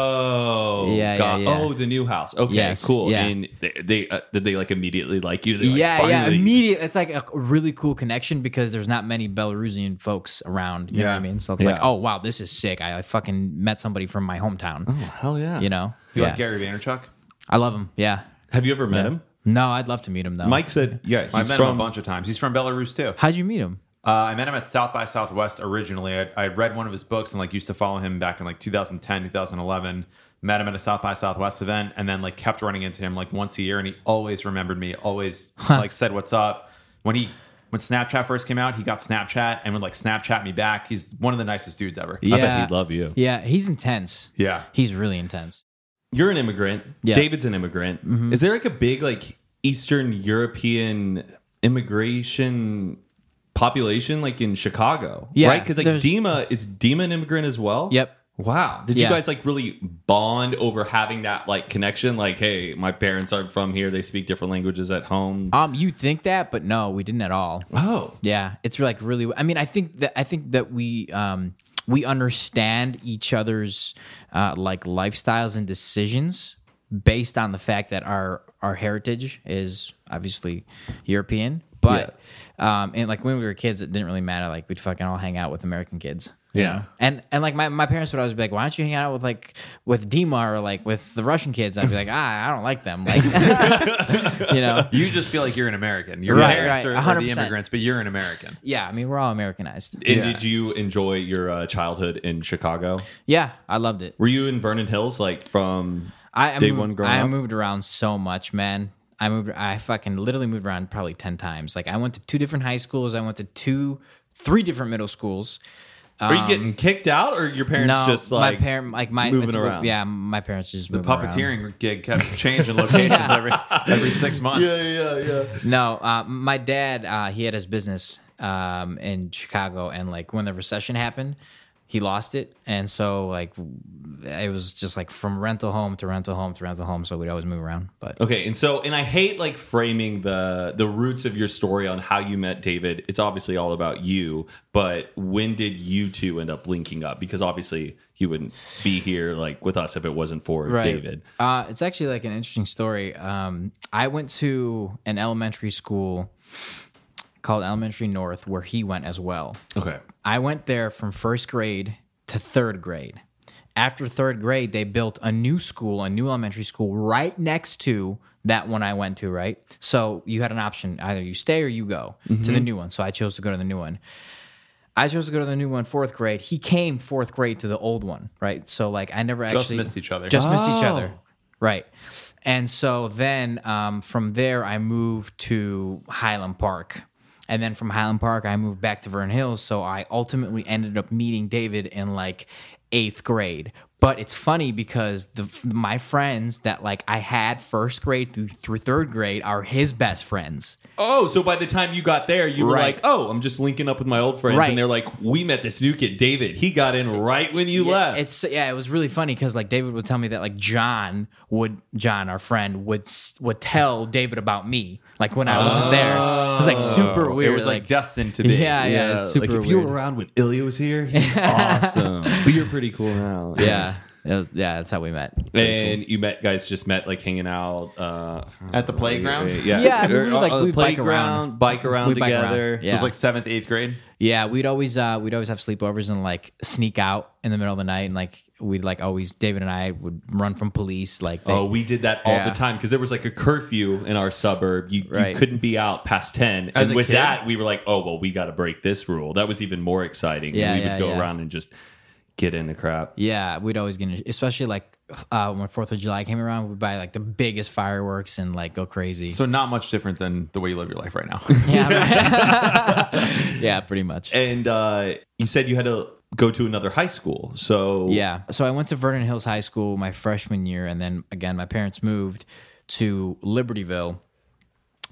S4: Oh,
S2: Yeah, yeah,
S4: God.
S2: yeah.
S4: Oh, the new house. Okay,
S2: Yes,
S4: cool.
S2: yeah.
S4: And they, they uh, did they like immediately like you? They, like,
S2: yeah, yeah,
S4: finally-
S2: immediate. It's like a really cool connection because there's not many Belarusian folks around. You know what I
S1: Yeah.
S2: mean? So it's like,
S4: Yeah.
S2: oh wow, this is sick. I, I fucking met somebody from my hometown.
S4: Oh, hell yeah.
S2: You know?
S1: You
S2: yeah.
S1: like Gary Vaynerchuk?
S2: I love him. Yeah.
S4: Have you ever met him?
S2: No, I'd love to meet him though.
S4: Mike said, yeah, he's
S1: I met him
S4: from
S1: a bunch of times. He's from Belarus too.
S2: how'd you meet him?
S1: Uh, I met him at South by Southwest originally. I, I read one of his books and like used to follow him back in like 2010, 2011. Met him at a South by Southwest event and then like kept running into him like once a year and he always remembered me.
S2: [LAUGHS]
S1: Always like said what's up. When he when Snapchat first came out, he got Snapchat and would like Snapchat me back. He's one of the nicest dudes ever.
S2: Yeah,
S4: bet he'd love you.
S2: Yeah, he's intense.
S1: Yeah.
S2: He's really intense.
S4: You're an immigrant.
S2: Yeah. Mm-hmm.
S4: David's an immigrant. Is there like a big like Eastern European immigration population like in Chicago?
S2: Yeah,
S4: Right? Because like
S2: there's-
S4: Dima is Dima an immigrant as well?
S2: Yep.
S4: Wow. Did
S2: Yeah.
S4: you guys like really bond over having that like connection? Like, hey, my parents aren't from here. They speak different languages at home.
S2: Um, you think that, but no, we didn't at all.
S4: oh.
S2: Yeah, it's like really. I mean, I think that I think that we um we understand each other's uh, like lifestyles and decisions based on the fact that our our heritage is obviously European, but um and like when we were kids, it didn't really matter. Like we'd fucking all hang out with American kids. you
S4: Yeah.
S2: know? And and like my, my parents would always be like, why don't you hang out with like with Dima or like with the Russian kids? I'd be like, ah, I don't like them. Like, [LAUGHS] you
S1: [LAUGHS]
S2: know,
S1: You just feel like you're an American. Your
S2: Right,
S1: parents
S2: right,
S1: are- are, the
S2: 100%.
S1: immigrants, but you're an American.
S2: yeah. I mean, we're all Americanized.
S4: And
S1: Yeah.
S4: did you enjoy your uh, childhood in Chicago?
S2: Yeah, I loved it.
S4: Were you in Vernon Hills like from
S2: I, I
S4: Day
S2: moved,
S4: one growing
S2: I
S4: up?
S2: moved around so much, man. I moved. I fucking literally moved around probably ten times. Like I went to two different high schools. I went to two, three different middle schools.
S4: Are you getting kicked out or your parents
S2: Um, no,
S4: just like
S2: my parent, like my
S4: moving
S2: it's-
S4: around?
S2: Yeah, my parents just
S1: The
S2: [LAUGHS]
S1: puppeteering gig kept changing locations every every six months.
S4: yeah, yeah.
S2: No, uh, my dad, uh, he had his business um, in Chicago, and like when the recession happened, he lost it, and so like it was just like from rental home to rental home to rental home. So we'd always move around, but
S4: Okay, and so and I hate like framing the the roots of your story on how you met David. It's obviously all about you, but when did you two end up linking up? Because obviously you wouldn't be here like with us if it wasn't for David.
S2: Uh, it's actually like an interesting story. Um, I went to an elementary school called Elementary North where he went as well.
S4: Okay.
S2: I went there from first grade to third grade. After third grade, they built a new school, a new elementary school right next to that one I went to, right? So you had an option either you stay or you go to the new one. So I chose to go to the new one. I chose to go to the new one fourth grade. He came fourth grade to the old one, right? So like I never
S1: Just
S2: actually
S1: missed each other.
S2: Just missed each other, right? And so then um, from there I moved to Highland Park, and then from Highland Park I moved back to Vernon Hills. So I ultimately ended up meeting David in like eighth grade. But it's funny because the my friends that like I had first grade through, through third grade are his best friends.
S4: Oh, so by the time you got there, you were
S2: Right.
S4: like, "Oh, I'm just linking up with my old friends,"
S2: Right.
S4: and they're like, "We met this new kid, David. He got in right when you
S2: Yeah,
S4: left."
S2: It's yeah, it was really funny because like David would tell me that like John would John, our friend, would s- would tell David about me like when I wasn't there. It was like super weird.
S1: Oh. It was like, destined to be.
S2: yeah, yeah, it's super
S4: like if
S2: weird.
S4: you were around when Ilya was here, he's
S2: [LAUGHS]
S4: awesome. But you're pretty cool now.
S2: yeah, It was- yeah, that's how we met.
S4: And you met guys just met like hanging out uh,
S1: At the playground?
S4: Yeah,
S2: Yeah, I mean,
S4: Or
S2: we, like,
S4: on the
S2: we'd bike around.
S4: bike around
S2: We'd bike around.
S4: together.
S1: It
S2: Yeah.
S1: was like seventh, eighth grade.
S2: Yeah, we'd always uh we'd always have sleepovers and like sneak out in the middle of the night and like we'd like always David and I would run from police like they,
S4: Oh, we did that all
S2: Yeah.
S4: the time because there was like a curfew in our suburb. You,
S2: Right.
S4: you couldn't be out past ten,
S1: As
S4: and
S1: a
S4: with
S1: kid?
S4: that, we were like, "Oh well, we got to break this rule." That was even more exciting.
S2: Yeah,
S4: we would
S2: yeah,
S4: go
S2: yeah.
S4: around and just get into crap.
S2: Yeah, we'd always get, in- especially like uh, when Fourth of July came around, we'd buy like the biggest fireworks and like go crazy.
S1: So not much different than the way you live your life right now.
S2: yeah,
S1: [LAUGHS]
S2: right. yeah, [LAUGHS] pretty much.
S4: And uh, you said you had to go to another high school, so
S2: Yeah. So I went to Vernon Hills High School my freshman year, and then again, my parents moved to Libertyville.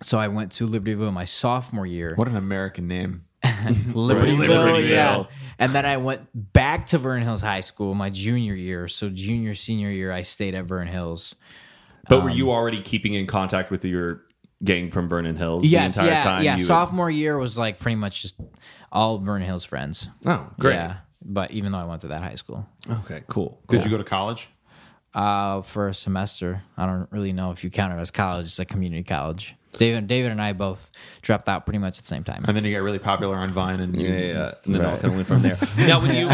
S2: So I went to Libertyville my sophomore year.
S1: what an American name.
S2: Libertyville,
S4: Libertyville.
S2: yeah. And then I went back to Vernon Hills High School my junior year. So junior senior year, I stayed at Vernon Hills.
S4: But were
S2: um,
S4: you already keeping in contact with your gang from Vernon Hills
S2: Yes,
S4: the entire
S2: yeah,
S4: time?
S2: yeah.
S4: you-
S2: Sophomore year was like pretty much just all Vernon Hills friends.
S4: Oh, great.
S2: Yeah. but even though I went to that high school
S4: Okay, cool.
S1: Did you go to college?
S2: uh, for a semester, I don't really know if you count it as college. It's a community college. David, David, and I both dropped out pretty much at the same time.
S1: And then you got really popular on Vine and
S4: Yeah, yeah, yeah. uh, and then it all kind of went from there. now, when you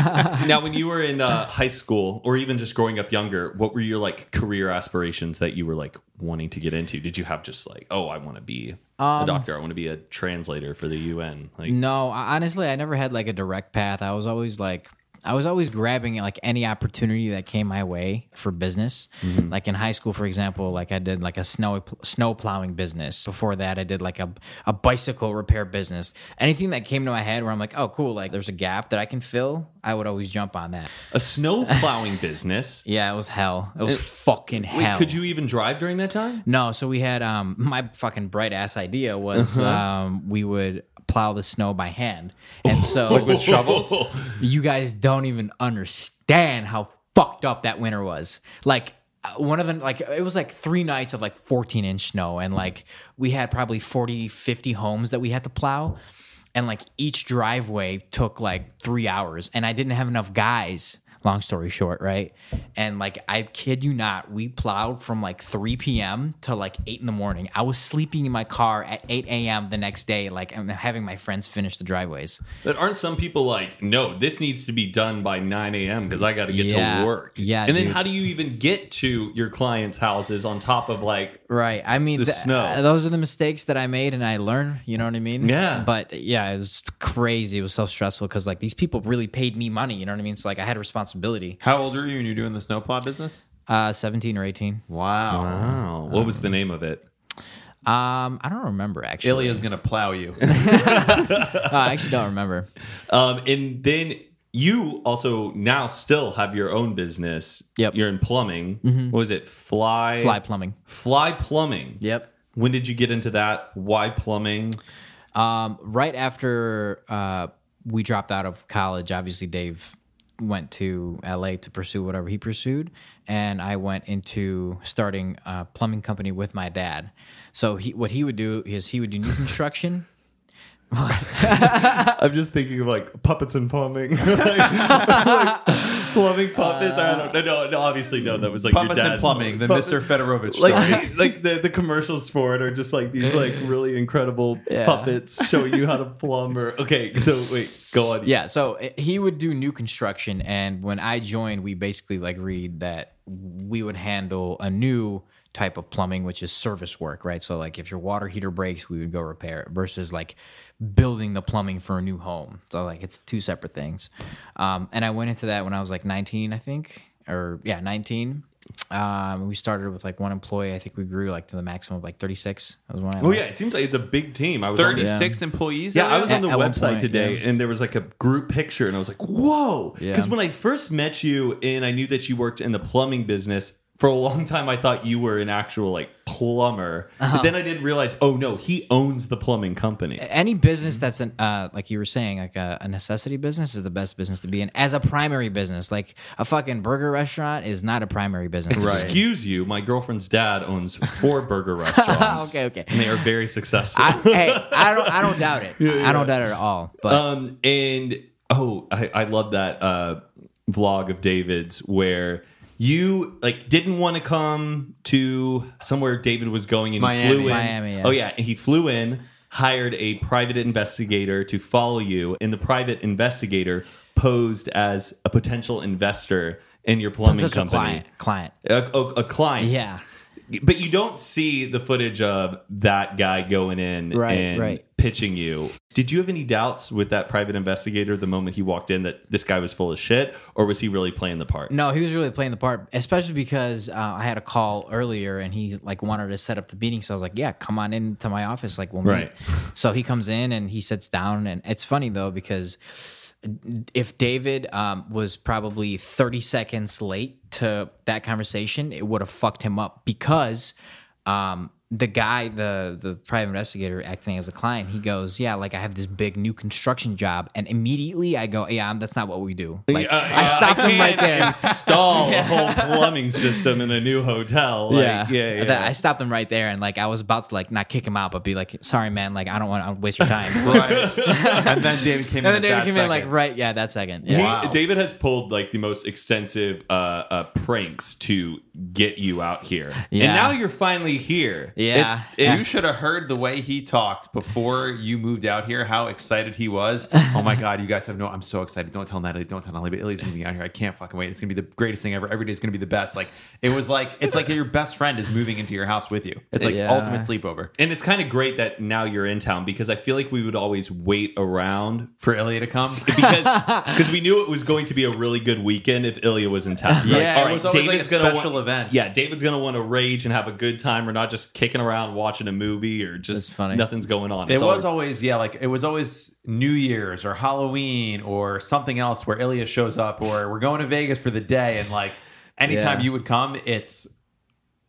S4: now when you were in uh, high school or even just growing up younger, what were your like career aspirations that you were like wanting to get into? Did you have just like, oh, I want to be
S2: Um,
S4: a doctor, I want to be a translator for the UN? Like,
S2: No, I- honestly, I never had like a direct path. I was always like, I was always grabbing like any opportunity that came my way for business. Like in high school, for example, like I did like a snow snow plowing business. Before that, I did like a a bicycle repair business. Anything that came to my head where I'm like, oh, cool, like there's a gap that I can fill, I would always jump on that.
S4: a snow plowing business.
S2: Yeah, it was hell. It was fucking
S4: Wait,
S2: hell.
S4: could you even drive during that time?
S2: No, so we had um [LAUGHS] my fucking bright ass idea was
S1: Uh-huh.
S2: um we would plow the snow by hand.
S1: [LAUGHS]
S2: And so
S1: with shovels.
S2: you guys don't even understand how fucked up that winter was. Like uh, one of them like it was like three nights of like 14 inch snow and like we had probably 40 50 homes that we had to plow and like each driveway took like three hours and i didn't have enough guys long story short right and like i kid you not we plowed from like 3 p.m to like 8 in the morning i was sleeping in my car at 8 a.m the next day like and having my friends finish the driveways
S4: But aren't some people like, no, this needs to be done by 9 a.m. because I got to get
S2: Yeah.
S4: to work?
S2: Yeah,
S4: And then
S2: dude.
S4: how do you even get to your clients' houses on top of like,
S2: Right. I mean,
S4: The
S2: th-
S4: snow.
S2: uh, those are the mistakes that I made and I learn. You know what I mean?
S4: Yeah.
S2: But yeah, it was crazy. It was so stressful because like these people really paid me money. You know what I mean? So like I had a responsibility.
S1: How old were you when you were doing the snowplow business?
S2: Uh, 17 or 18. Um,
S1: Wow.
S4: wow, what was the name of it?
S2: Um, I don't remember actually.
S1: Ilya's gonna plow you.
S2: Uh, I actually don't
S4: [LAUGHS]
S2: remember.
S4: Um, and then you also now still have your own business.
S2: Yep.
S4: You're in plumbing.
S1: Mm-hmm.
S4: What was it? Fly.
S2: Fly plumbing.
S4: Fly plumbing.
S2: Yep.
S4: When did you get into that? Why plumbing?
S2: Um, right after uh, we dropped out of college, obviously Dave went to LA to pursue whatever he pursued, and I went into starting a plumbing company with my dad. So he, what he would do is he would do new construction.
S4: I'm just thinking of like puppets and [LAUGHS] plumbing. plumbing puppets. I don't know. No, no, obviously no. That was like
S1: Puppets and plumbing, the Mr. Fedorovich story.
S4: [LAUGHS] like like the, the commercials for it are just like these
S1: [LAUGHS]
S4: like really incredible puppets showing you how to plumb or okay so wait go on
S2: Yeah, so uh, he would do new construction, and when I joined, we basically like read that we would handle a new type of plumbing, which is service work, right? So like if your water heater breaks, we would go repair it versus like building the plumbing for a new home. So like it's two separate things. Um, and I went into that when I was like 19, I think, or yeah, 19. Um, we started with like one employee. I think we grew like to the maximum of like 36. That was when I
S4: oh
S2: left.
S4: yeah it seems like it's a big team i was on the-
S1: Thirty-six employees.
S4: Yeah, I was
S2: At-
S4: on the
S2: at one
S4: website
S2: point,
S4: today, and there was like a group picture, and I was like, "Whoa!"
S2: Yeah.
S4: Because when I first met you, and I knew that you worked in the plumbing business for a long time, I thought you were an actual like plumber.
S2: Uh-huh.
S4: But then I did realize, oh no, he owns the plumbing company.
S2: any business
S4: Mm-hmm.
S2: that's an uh, like you were saying like a, a necessity business is the best business to be in as a primary business like a fucking burger restaurant is not a primary business
S4: Excuse you, my girlfriend's dad owns
S2: [LAUGHS]
S4: four burger restaurants.
S2: Okay, okay.
S4: and they are very successful.
S2: I, hey i don't i don't doubt
S4: [LAUGHS]
S2: it i don't doubt it at all but
S4: Um, and oh, I, I love that uh, vlog of David's where you like didn't want to come to somewhere David was going and
S1: Miami.
S4: he flew in.
S2: Miami, yeah.
S4: Oh yeah, and he flew in, hired a private investigator to follow you, and the private investigator posed as a potential investor in your plumbing
S2: such a
S4: company,
S2: client client
S4: a, a- a client.
S2: yeah
S4: But you don't see the footage of that guy going in
S2: Right,
S4: and
S2: right.
S4: pitching you. Did you have any doubts with that private investigator the moment he walked in that this guy was full of shit, or was he really playing the [LAUGHS] part?
S2: No, he was really playing the part, especially because uh, I had a call earlier and he like wanted to set up the meeting. So I was like, "Yeah, come on into my office, like we'll meet."
S4: Right. [LAUGHS]
S2: So he comes in and he sits down, and it's funny though because if David um, was probably thirty seconds late to that conversation, it would have fucked him up because um, the guy, the the private investigator acting as a client, he goes, "Yeah, like I have this big new construction job," and immediately I go, "Yeah, that's not what we do." Like,
S4: Uh,
S2: I
S4: uh,
S2: stopped him right
S4: can't
S2: there.
S4: Install a whole plumbing system in a new hotel. Like, yeah, yeah,
S2: That- I stopped him right there, and like I was about to like not kick him out, but be like, "Sorry, man, like I don't want to waste your time." [LAUGHS]
S1: Right. [LAUGHS] and then David came
S2: and
S1: in.
S2: then David
S1: at that
S2: came in like
S1: second.
S2: right, yeah, that second,
S4: He-
S2: yeah.
S1: Wow.
S4: David has pulled like the most extensive uh, uh, pranks to get you out here, and
S2: Yeah.
S4: now you're finally here.
S2: Yeah.
S4: It's- it-
S1: You should have heard the way he talked before you moved out here. How excited he was! Oh
S4: [LAUGHS]
S1: my god, you guys have no. I'm so excited. Don't tell Natalie. Don't tell Natalie. But Ellie's moving out here. I can't fucking wait. It's gonna be the greatest thing ever. Every day is gonna be the best. Like it was like it's like your best friend is moving into your house with you. It's like
S2: Yeah.
S1: ultimate sleepover
S4: and it's kind of great that now you're in town because I feel like we would always wait around
S1: for Ilya to
S4: [LAUGHS]
S1: come.
S4: because
S1: [LAUGHS]
S4: because we knew it was going to be a really good weekend if Ilya was in town. Like,
S1: Yeah, it was always like a
S4: gonna
S1: special
S4: wa-
S1: event.
S4: Yeah, David's gonna want to rage and have a good time. We're not just kicking around watching a movie or just
S2: That's funny.
S4: nothing's going on.
S1: It
S4: It's
S1: was always,
S4: always-
S1: yeah, like it was always New Year's or Halloween or something else where Ilya shows up or we're going to Vegas for the day and like anytime
S2: Yeah.
S1: you would come, it's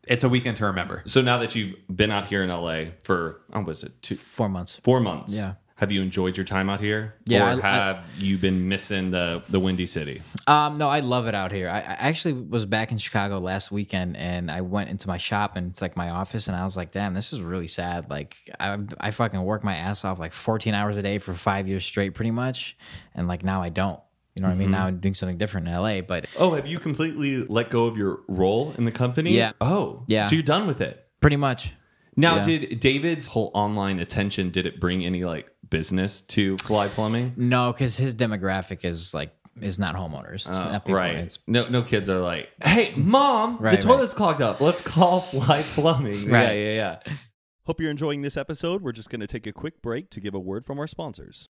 S1: it's a weekend to remember.
S4: so now that you've been out here in LA for oh, what was it two
S2: Four months.
S4: four months?
S2: Yeah.
S4: Have you enjoyed your time out here?
S2: Yeah,
S4: Or
S2: I- I-
S4: have you been missing the the Windy City?
S2: Um, no, I love it out here. I, I actually was back in Chicago last weekend, and I went into my shop and it's like my office, and I was like, "Damn, this is really sad." Like, I I fucking work my ass off like 14 hours a day for five years straight, pretty much, and like now I don't. You know what I mean? Now I'm doing something different in LA, but
S4: Oh, have you completely let go of your role in the company?
S2: Yeah.
S4: Oh,
S2: Yeah.
S4: So you're done with it.
S2: pretty much.
S4: Now,
S2: Yeah.
S4: did David's whole online attention did it bring any like business to Fly Plumbing?
S2: No, because his demographic is like is not homeowners. It's
S1: Oh,
S2: not people. It's-
S4: No, no kids are like, "Hey, mom,
S2: Right,
S4: the toilet's clogged up. Let's call Fly Plumbing."
S2: Right.
S4: Yeah, yeah, yeah. Hope you're enjoying this episode. We're just going to take a quick break to give a word from our sponsors.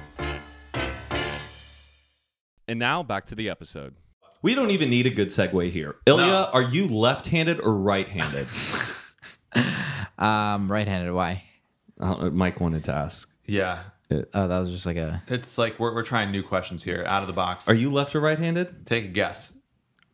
S4: And now back to the episode. We don't even need a good segue here. Ilya, are you left-handed or [LAUGHS] right-handed?
S2: Um, right-handed. Why?
S4: I don't know, Uh, Mike wanted to ask.
S1: Yeah.
S2: Oh, that was just like a.
S1: It's like we're, we're trying new questions here out of the box.
S4: Are you left or right-handed?
S1: take a guess?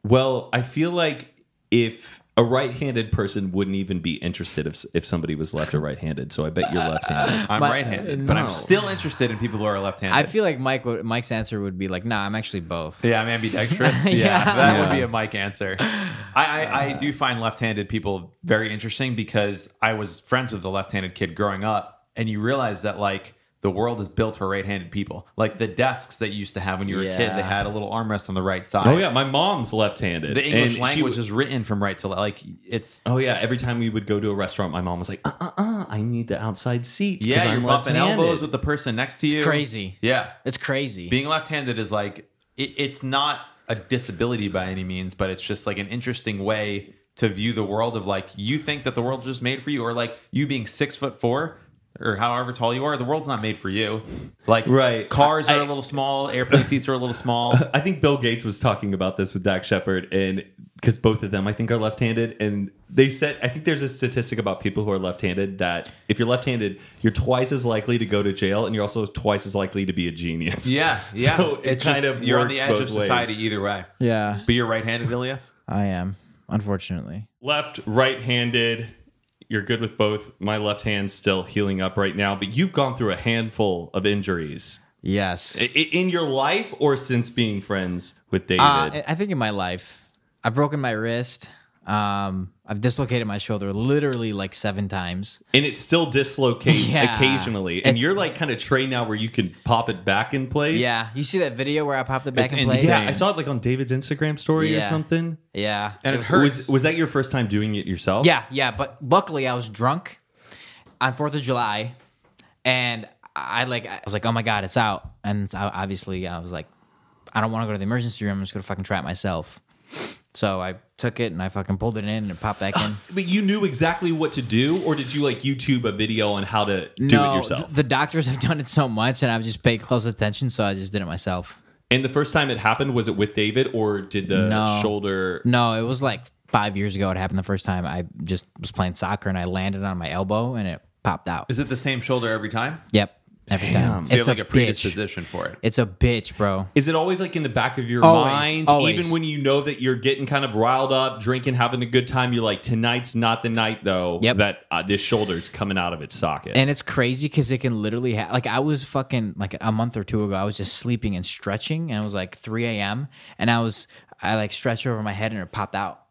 S4: Well, I feel like if a right-handed person wouldn't even be interested if if somebody was left or right-handed, so I bet
S1: [LAUGHS]
S4: you're left-handed.
S1: I'm
S2: My-
S1: right-handed, but
S2: no.
S1: I'm still interested in people who are left-handed.
S2: I feel like Mike. Would, Mike's answer would be like, "Nah, I'm actually both."
S1: yeah, I'm
S2: [LAUGHS]
S1: ambidextrous. Yeah,
S2: Yeah. Uh.
S1: that would be a Mike answer. I, I, I do find left-handed people very interesting because I was friends with a left-handed kid growing up, and you realize that like the world is built for right-handed people. Like the desks that you used to have when you were a kid,
S2: Yeah.
S1: they had a little armrest on the right side.
S4: Oh yeah, my mom's left-handed.
S1: the English
S4: and she
S1: language
S4: w-
S1: is written from right to left. Like it's
S4: Oh yeah, every time we would go to a restaurant, my mom was like, "Uh uh uh, I need the outside seat." 'cause
S1: yeah, you're
S4: I'm
S1: bumping
S4: left-handed."
S1: elbows with the person next to you.
S2: Crazy.
S1: Yeah,
S2: It's crazy.
S1: being left-handed is like it, it's not a disability by any means but it's just like an interesting way to view the world of like you think that the world's just made for you or like you being six foot four or however tall you are the world's not made for you like
S4: Right.
S1: cars
S4: I-
S1: are a little small airplane seats are a little small
S4: [LAUGHS] I think Bill Gates was talking about this with Dak Shepard, and because both of them, I think, are left-handed, and they said, I think there's a statistic about people who are left-handed that if you're left-handed, you're twice as likely to go to jail, and you're also twice as likely to be a genius.
S1: yeah yeah
S4: So it
S1: it's
S4: kind
S1: kind just,
S4: of
S1: of you're on the
S4: works
S1: edge
S4: both
S1: of society
S4: ways.
S1: either way
S2: yeah,
S1: but you're right-handed Ilya
S2: I am. Unfortunately.
S4: Left, right-handed. You're good with both. My left hand's still healing up right now, but you've gone through a handful of injuries
S2: Yes.
S4: I- i- in your life or since being friends with David.
S2: Uh, I- I think in my life, I've broken my wrist. Um, I've dislocated my shoulder literally like seven times.
S4: and it still dislocates
S2: Yeah.
S4: occasionally. And
S2: It's-
S4: you're like kind of trained now where you can pop it back in place.
S2: Yeah, you see that video where I popped it back
S1: It's
S2: in place?
S1: insane.
S4: Yeah, I saw it like on David's Instagram story or
S2: Yeah.
S4: something.
S2: yeah,
S1: And
S2: It
S1: it
S2: was-
S1: hurts.
S4: Was was that your first time doing it yourself?
S2: Yeah, yeah. But luckily, I was drunk on Fourth of July, and I like I was like, oh my god, it's out. And so I- obviously, I was like, I don't want to go to the emergency room. I'm just gonna fucking try it myself. So I took it and I fucking pulled it in and it popped back
S1: [LAUGHS]
S2: in.
S4: But you knew exactly what to do, or did you like YouTube a video on how to do
S2: no,
S4: it yourself?
S2: th- the doctors have [LAUGHS] done it so much, and I've just paid close attention, so I just did it myself.
S4: and the first time it happened, was it with David, or did the
S2: No.
S4: shoulder?
S2: No, it was like five years ago. It happened the first time. I just was playing soccer and I landed on my elbow and it popped out.
S1: Is it the same shoulder every time?
S2: Yep, every time.
S1: So you have
S2: it's
S1: like a,
S2: a, bitch.
S1: predisposition for it.
S2: It's a bitch, bro.
S4: Is it always like in the back of your
S2: Always,
S4: mind,
S2: always.
S4: even when you know that you're getting kind of riled up, drinking, having a good time? You're like, tonight's not the night, though.
S2: Yep.
S4: That uh, this shoulder's coming out of its socket.
S2: And it's crazy because it can literally ha- like I was fucking like a month or two ago. I was just sleeping and stretching, and it was like 3 a.m. and I was I like stretched over my head and it popped out.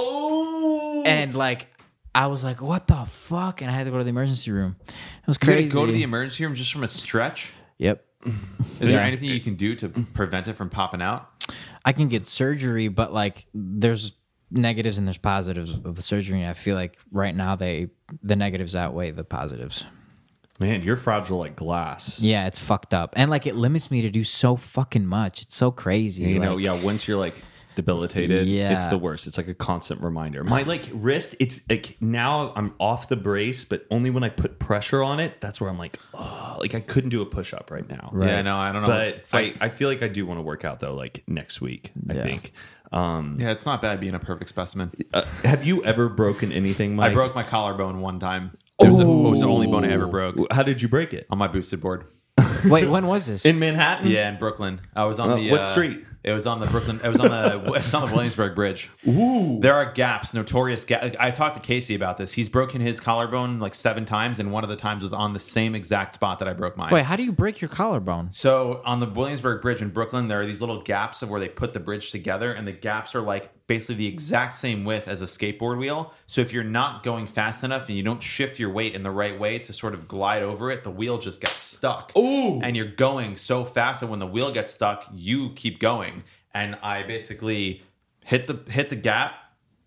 S2: oh. And like I was like, what the fuck? And I had to go to the emergency room. It was
S1: You gotta
S2: crazy.
S1: go to the emergency room just from a stretch.
S2: yep.
S1: Is there
S2: Yeah. Mm.
S1: anything you can do to prevent it from popping out?
S2: I can get surgery, but like there's negatives and there's positives of the surgery. And I feel like right now they the negatives outweigh the positives.
S4: Man, you're fragile like glass.
S2: Yeah, it's fucked up, and like it limits me to do so fucking much. It's so crazy.
S4: You know,
S2: like-
S4: yeah, once you're like debilitated,
S2: Yeah.
S4: it's the worst. It's like a constant reminder. My like wrist, it's like now I'm off the brace, but only when I put pressure on it, that's where I'm like, oh, like I couldn't do a push up right now.
S1: Yeah, no, I don't know.
S4: But
S1: it's like,
S4: I, I feel like I do want to work out though, like next week, I think. Um,
S1: yeah, it's not bad being a perfect specimen.
S4: uh, have you ever broken anything, Mike?
S1: I broke my collarbone one time. It was, the- it was the only bone I ever broke
S4: How did you break it?
S1: on my boosted board.
S2: Wait, when was this?
S4: In Manhattan?
S1: Yeah, in Brooklyn. I was on
S4: Uh,
S1: the
S4: what
S1: uh,
S4: street?
S1: It was on the Brooklyn. It was on
S4: [LAUGHS]
S1: the. it was on the Williamsburg Bridge.
S4: Ooh.
S1: There are gaps, notorious gaps. I talked to Casey about this. He's broken his collarbone like seven times, and one of the times was on the same exact spot that I broke mine.
S2: Wait, how do you break your collarbone?
S1: So on the Williamsburg Bridge in Brooklyn, there are these little gaps of where they put the bridge together, and the gaps are like basically the exact same width as a skateboard wheel. So if you're not going fast enough and you don't shift your weight in the right way to sort of glide over it, the wheel just gets stuck. Ooh! And you're going so fast that when the wheel gets stuck, you keep going. And I basically hit the hit the gap,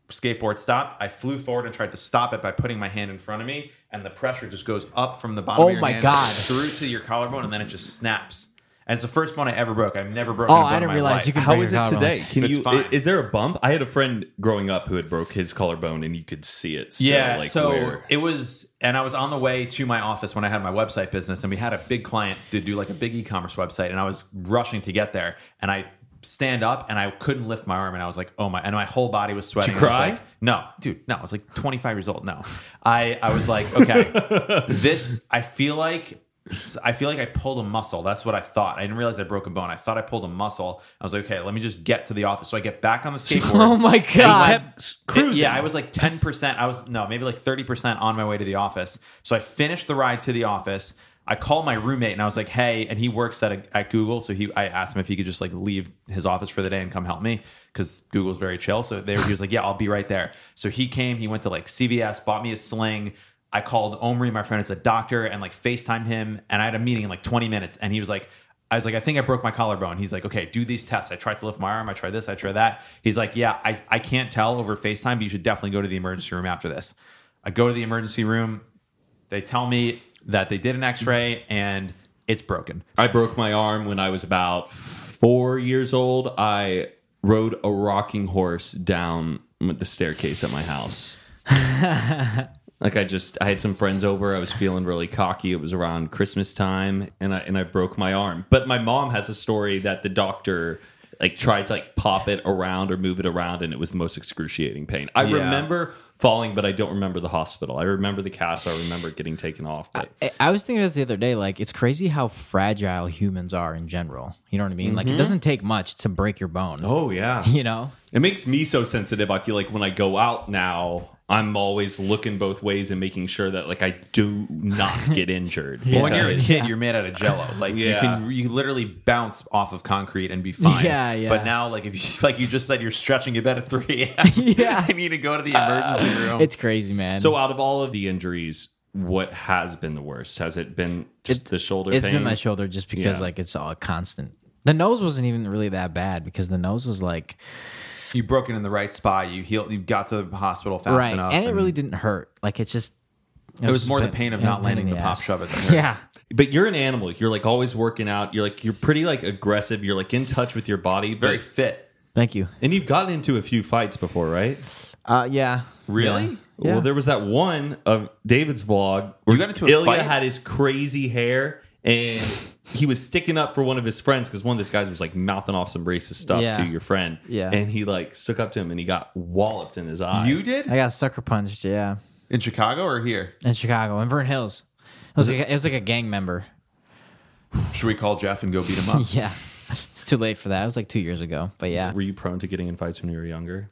S1: skateboard stopped. I flew forward and tried to stop it by putting my hand in front of me, and the pressure just goes up from the bottom.
S2: Oh
S1: of your
S2: my
S1: hand
S2: God.
S1: Through to your collarbone, and then it just snaps. And it's the first bone I ever broke. I've never broken.
S2: Oh,
S1: a bone
S2: I
S1: in
S2: didn't
S1: my
S2: realize
S1: life.
S2: you could
S4: How
S2: break
S4: is
S2: your
S4: it today?
S2: collarbone.
S4: Can
S1: It's
S4: you?
S1: fine.
S4: Is there a bump? I had a friend growing up who had broke his collarbone, and you could see it. Still,
S1: Yeah,
S4: like
S1: so
S4: where-
S1: it was, and I was on the way to my office when I had my website business, and we had a big client to do like a big e-commerce website, and I was rushing to get there, and I stand up and I couldn't lift my arm, and I was like, oh my, and my whole body was sweating.
S4: you
S1: I was
S4: cry?
S1: like, no, dude, no, I was like 25 years old. No, I I was like,
S4: [LAUGHS]
S1: okay, this I feel like. I feel like I pulled a muscle. That's what I thought. I didn't realize I broke a bone. I thought I pulled a muscle. I was like, okay, let me just get to the office. So I get back
S4: [LAUGHS]
S1: on the skateboard.
S2: Oh my god!
S1: It- yeah, I was like 10%. I was, no, maybe like 30% on my way to the office. So I finished the ride to the office. I called my roommate and I was like, hey, and he works at, a, at Google. So he, I asked him if he could just like leave his office for the day and come help me because Google's very chill. So there he was like, yeah, I'll be right there. So he came, he went to like CVS, bought me a sling. I called Omri, my friend, it's a doctor, and like FaceTime him. And I had a meeting in like 20 minutes. And he was like, I was like, I think I broke my collarbone. He's like, okay, do these tests. I tried to lift my arm. I tried this. I tried that. He's like, yeah, I, I can't tell over FaceTime, but you should definitely go to the emergency room after this. I go to the emergency room. They tell me that they did an x ray and it's broken.
S4: I broke my arm when I was about four years old. I rode a rocking horse down the staircase at
S2: [LAUGHS]
S4: my house. like I just, I had some friends over. I was feeling really cocky. It was around Christmas time, and I and I broke my arm. But my mom has a story that the doctor like tried to like pop it around or move it around, and it was the most excruciating pain. I
S1: Yeah.
S4: remember falling, but I don't remember the hospital. I remember the cast. I remember getting taken off. But
S2: I- I was thinking this the other day. Like, it's crazy how fragile humans are in general. You know what I mean?
S1: Mm-hmm.
S2: Like, it doesn't take much to break your bone.
S4: oh
S2: [LAUGHS]
S4: yeah,
S2: You know?
S4: It makes me so sensitive. I feel like when I go out now, I'm always looking both ways and making sure that like I do
S2: [LAUGHS]
S4: not get injured.
S1: But when you're a
S4: because-
S1: kid, you're made out of jello. Like you
S4: Yeah.
S1: can you literally bounce off of concrete and be fine.
S2: Yeah, yeah.
S1: But now, like if you, [LAUGHS] like you just said, you're stretching your bed at three a.m.
S2: [LAUGHS] Yeah.
S1: [LAUGHS]
S2: Uh,
S1: I need to go to the emergency room.
S2: It's crazy, man.
S4: So out of all of the injuries, what has been the worst? Has it been just the shoulder
S2: It's
S4: thing?
S2: been my shoulder just because
S4: Yeah.
S2: like it's all constant. The nose wasn't even really that bad because the nose was like
S1: you broke it in the right spot. You healed. You got to the hospital fast
S2: right,
S1: enough,
S2: and it really didn't hurt. Like it's just
S1: It was more the pain of not landing the pop shove at the
S2: [LAUGHS] Yeah,
S4: But you're an animal. You're like always working out. You're like you're pretty like aggressive. You're like in touch with your body.
S1: very
S4: but-
S1: fit.
S2: thank you.
S4: and you've gotten into a few fights before, right?
S2: Uh, yeah,
S1: Really?
S2: Yeah.
S4: Well, there was that one of David's vlog where
S1: You got into a
S4: Ilya
S1: fight?
S4: had his crazy hair and he was sticking up for one of his friends because one of this guys was like mouthing off some racist stuff
S2: Yeah.
S4: to your friend.
S2: Yeah.
S4: And he like stuck up to him and he got walloped in his
S1: [LAUGHS]
S4: eye.
S1: You did
S2: I got sucker punched. Yeah,
S1: in Chicago or here?
S2: in Chicago, in Vern Hills. It was like a, it was like a gang member.
S1: Should we call Jeff and go beat him up?
S2: Yeah, [LAUGHS] it's too late for that. It was like two years ago, but yeah,
S4: Were you prone to getting in fights when you were younger?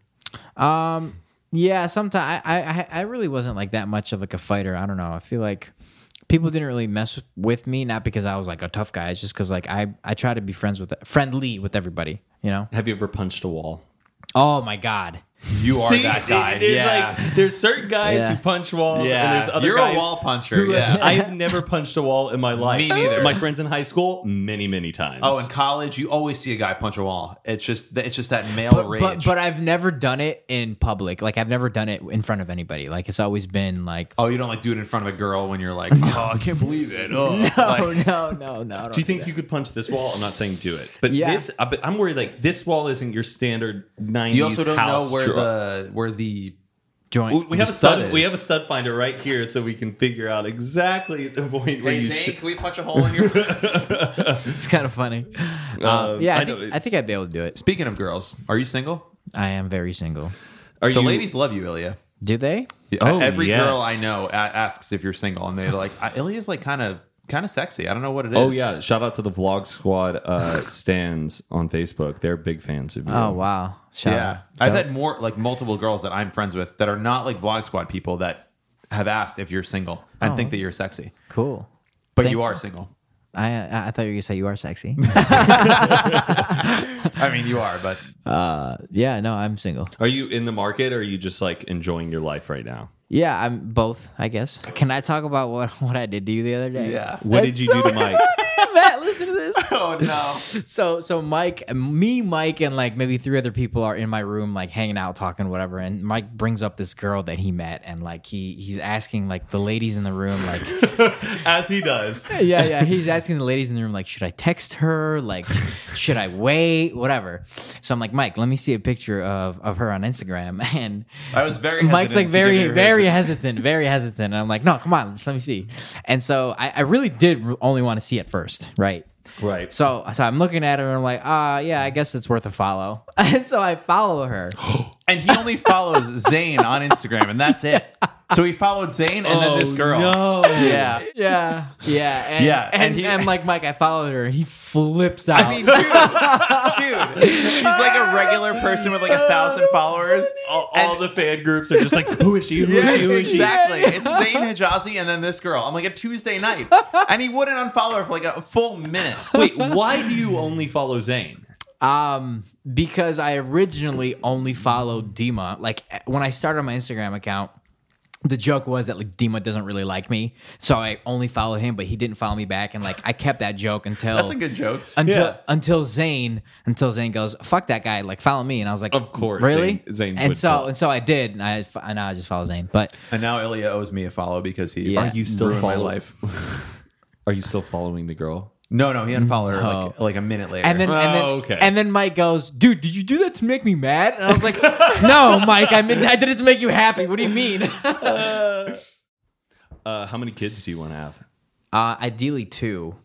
S2: yeah. Sometimes I, I I really wasn't like that much of like a fighter. I don't know. I feel like people didn't really mess with me, not because I was like a tough guy, it's just because like I I try to be friends with friendly with everybody. You know?
S4: Have you ever punched a wall?
S2: Oh my god.
S1: [LAUGHS] You are [LAUGHS] that guy.
S4: There's
S1: yeah.
S4: like there's certain guys
S2: Yeah.
S4: who punch walls
S1: Yeah.
S4: and there's other
S1: You're a
S4: guys
S1: wall puncher, [LAUGHS]
S2: [LAUGHS]
S4: who-
S1: yeah.
S4: I have never punched a wall in my life.
S1: Me neither.
S4: My friends in high school, many, many times.
S1: Oh, in college, you always see a guy punch a wall. It's just it's just that male
S2: But,
S1: rage.
S2: but but I've never done it in public. Like I've never done it in front of anybody. Like it's always been like [LAUGHS]
S1: oh, you don't like do it in front of a girl when you're [LAUGHS] like, oh, I can't believe [LAUGHS] it. Oh, like,
S2: no no no. I don't
S4: Do you think you could punch this wall? I'm not saying do it, but
S2: Yeah.
S4: this. uh, But I'm worried like this wall isn't your standard '90s
S1: you also don't
S4: house.
S1: know where
S4: dra-
S1: the where the
S2: joint?
S4: we, we have
S1: the
S4: a
S1: stud
S4: stud.
S1: is.
S4: We have a stud finder right here, so we can figure out exactly the point where
S1: Hey,
S4: you
S1: Zane,
S4: should.
S1: can we punch a hole in [LAUGHS] your?
S2: It's kind of
S4: [LAUGHS]
S2: funny. Um, yeah, I,
S4: Uh, I know,
S2: think, I
S4: it's-
S2: think I'd be able to do it.
S1: Speaking of girls, are you single?
S2: I am very single.
S4: Are
S1: The
S4: you,
S1: ladies love you, Ilya.
S2: Do they?
S4: Oh,
S1: every
S4: yes.
S1: girl I know a- asks if you're single, and they're like, "I- Ilya's like kind of kind of sexy. I don't know what it is.
S4: Oh yeah! Shout out to the Vlog Squad uh, stands on Facebook. They're big fans of you.
S2: Oh wow! Shout
S1: Yeah,
S2: out.
S1: I've
S2: Dope.
S1: had more like multiple girls that I'm friends with that are not like Vlog Squad people that have asked if you're single and think that you're sexy,
S2: cool.
S1: but
S2: Thank
S1: you are
S2: you.
S1: single.
S2: I I I thought you were gonna say you are
S1: [LAUGHS]
S2: sexy.
S1: I mean, you are, but
S2: yeah, no, I'm single.
S4: Are you in the market, or are you just like enjoying your life right now?
S2: Yeah, I'm both. I guess. Can I talk about what [LAUGHS] what I did to you the other day? [LAUGHS]
S1: yeah.
S4: What did you do to Mike?
S2: Matt, listen to this.
S1: [LAUGHS]
S2: [LAUGHS]
S1: Oh no!
S2: So so Mike, me, Mike, and like maybe three other people are in my room, like hanging out, talking, whatever. And Mike brings up this girl that he met, and like he he's asking like the ladies in the room, like
S4: As he does.
S2: [LAUGHS] yeah, yeah. He's asking the ladies in the room, like, should I text her? Like, should I wait? Whatever. So I'm like, Mike, let me see a picture of, of her on Instagram. [LAUGHS] And
S1: I was very.
S2: Mike's like
S1: hesitant to give
S2: very,
S1: you
S2: very
S1: his-
S2: hesitant, very hesitant. And I'm like, no, come on, just let me see. And so I, I really did r- only want to see it first, right?
S4: Right.
S2: So so I'm looking at her and I'm like, ah, yeah, I guess it's worth a follow. [LAUGHS] And so I follow her.
S1: and he only follows Zayn on Instagram, and that's it. So he followed Zayn and then this girl.
S4: Oh, no.
S1: [GASPS] Oh, Yeah.
S2: Yeah, yeah, and,
S1: Yeah,
S2: and,
S1: and
S2: and,
S1: he-
S2: like Mike, I followed her. and He flips out.
S1: I mean, dude, dude, she's like a regular person with like a thousand followers.
S4: All, all the fan groups are just like, who is she? Who is she? Who is she?
S1: exactly. It's Zayn Hijazi and then this girl. I'm like a Tuesday
S4: [LAUGHS]
S1: night, and he wouldn't unfollow her for like a full minute.
S4: Wait, why do you only follow Zayn?
S2: Um, because I originally only followed Dima. Like eh, when I started my Instagram account, the joke was that like Dima doesn't really like me, so I only follow him, but he didn't follow me back, and like I kept that joke until
S1: That's a good joke.
S2: [LAUGHS] until
S4: Yeah.
S2: until Zane until Zane goes fuck that guy like follow me, and I was like
S4: Of course,
S2: really
S4: Zayn- Zayn
S2: and
S4: would
S2: so
S4: follow.
S2: and so I did, and I and now I just follow Zane, but
S1: And now Ilya owes me a follow because he
S2: Yeah.
S1: Are you
S4: still
S1: ruined my
S4: follow-
S1: life. [LAUGHS]
S4: Are you still following the girl?
S1: No, no, he unfollowed her like, like a minute later.
S2: And then, and then,
S4: Oh, okay.
S2: and then Mike goes, "Dude, did you do that to make me mad?" And I was like, [LAUGHS] "No, Mike, I mean, I did it to make you happy. What do you mean?" [LAUGHS] uh,
S4: Uh, how many kids do you want to have?
S2: Uh, ideally, two,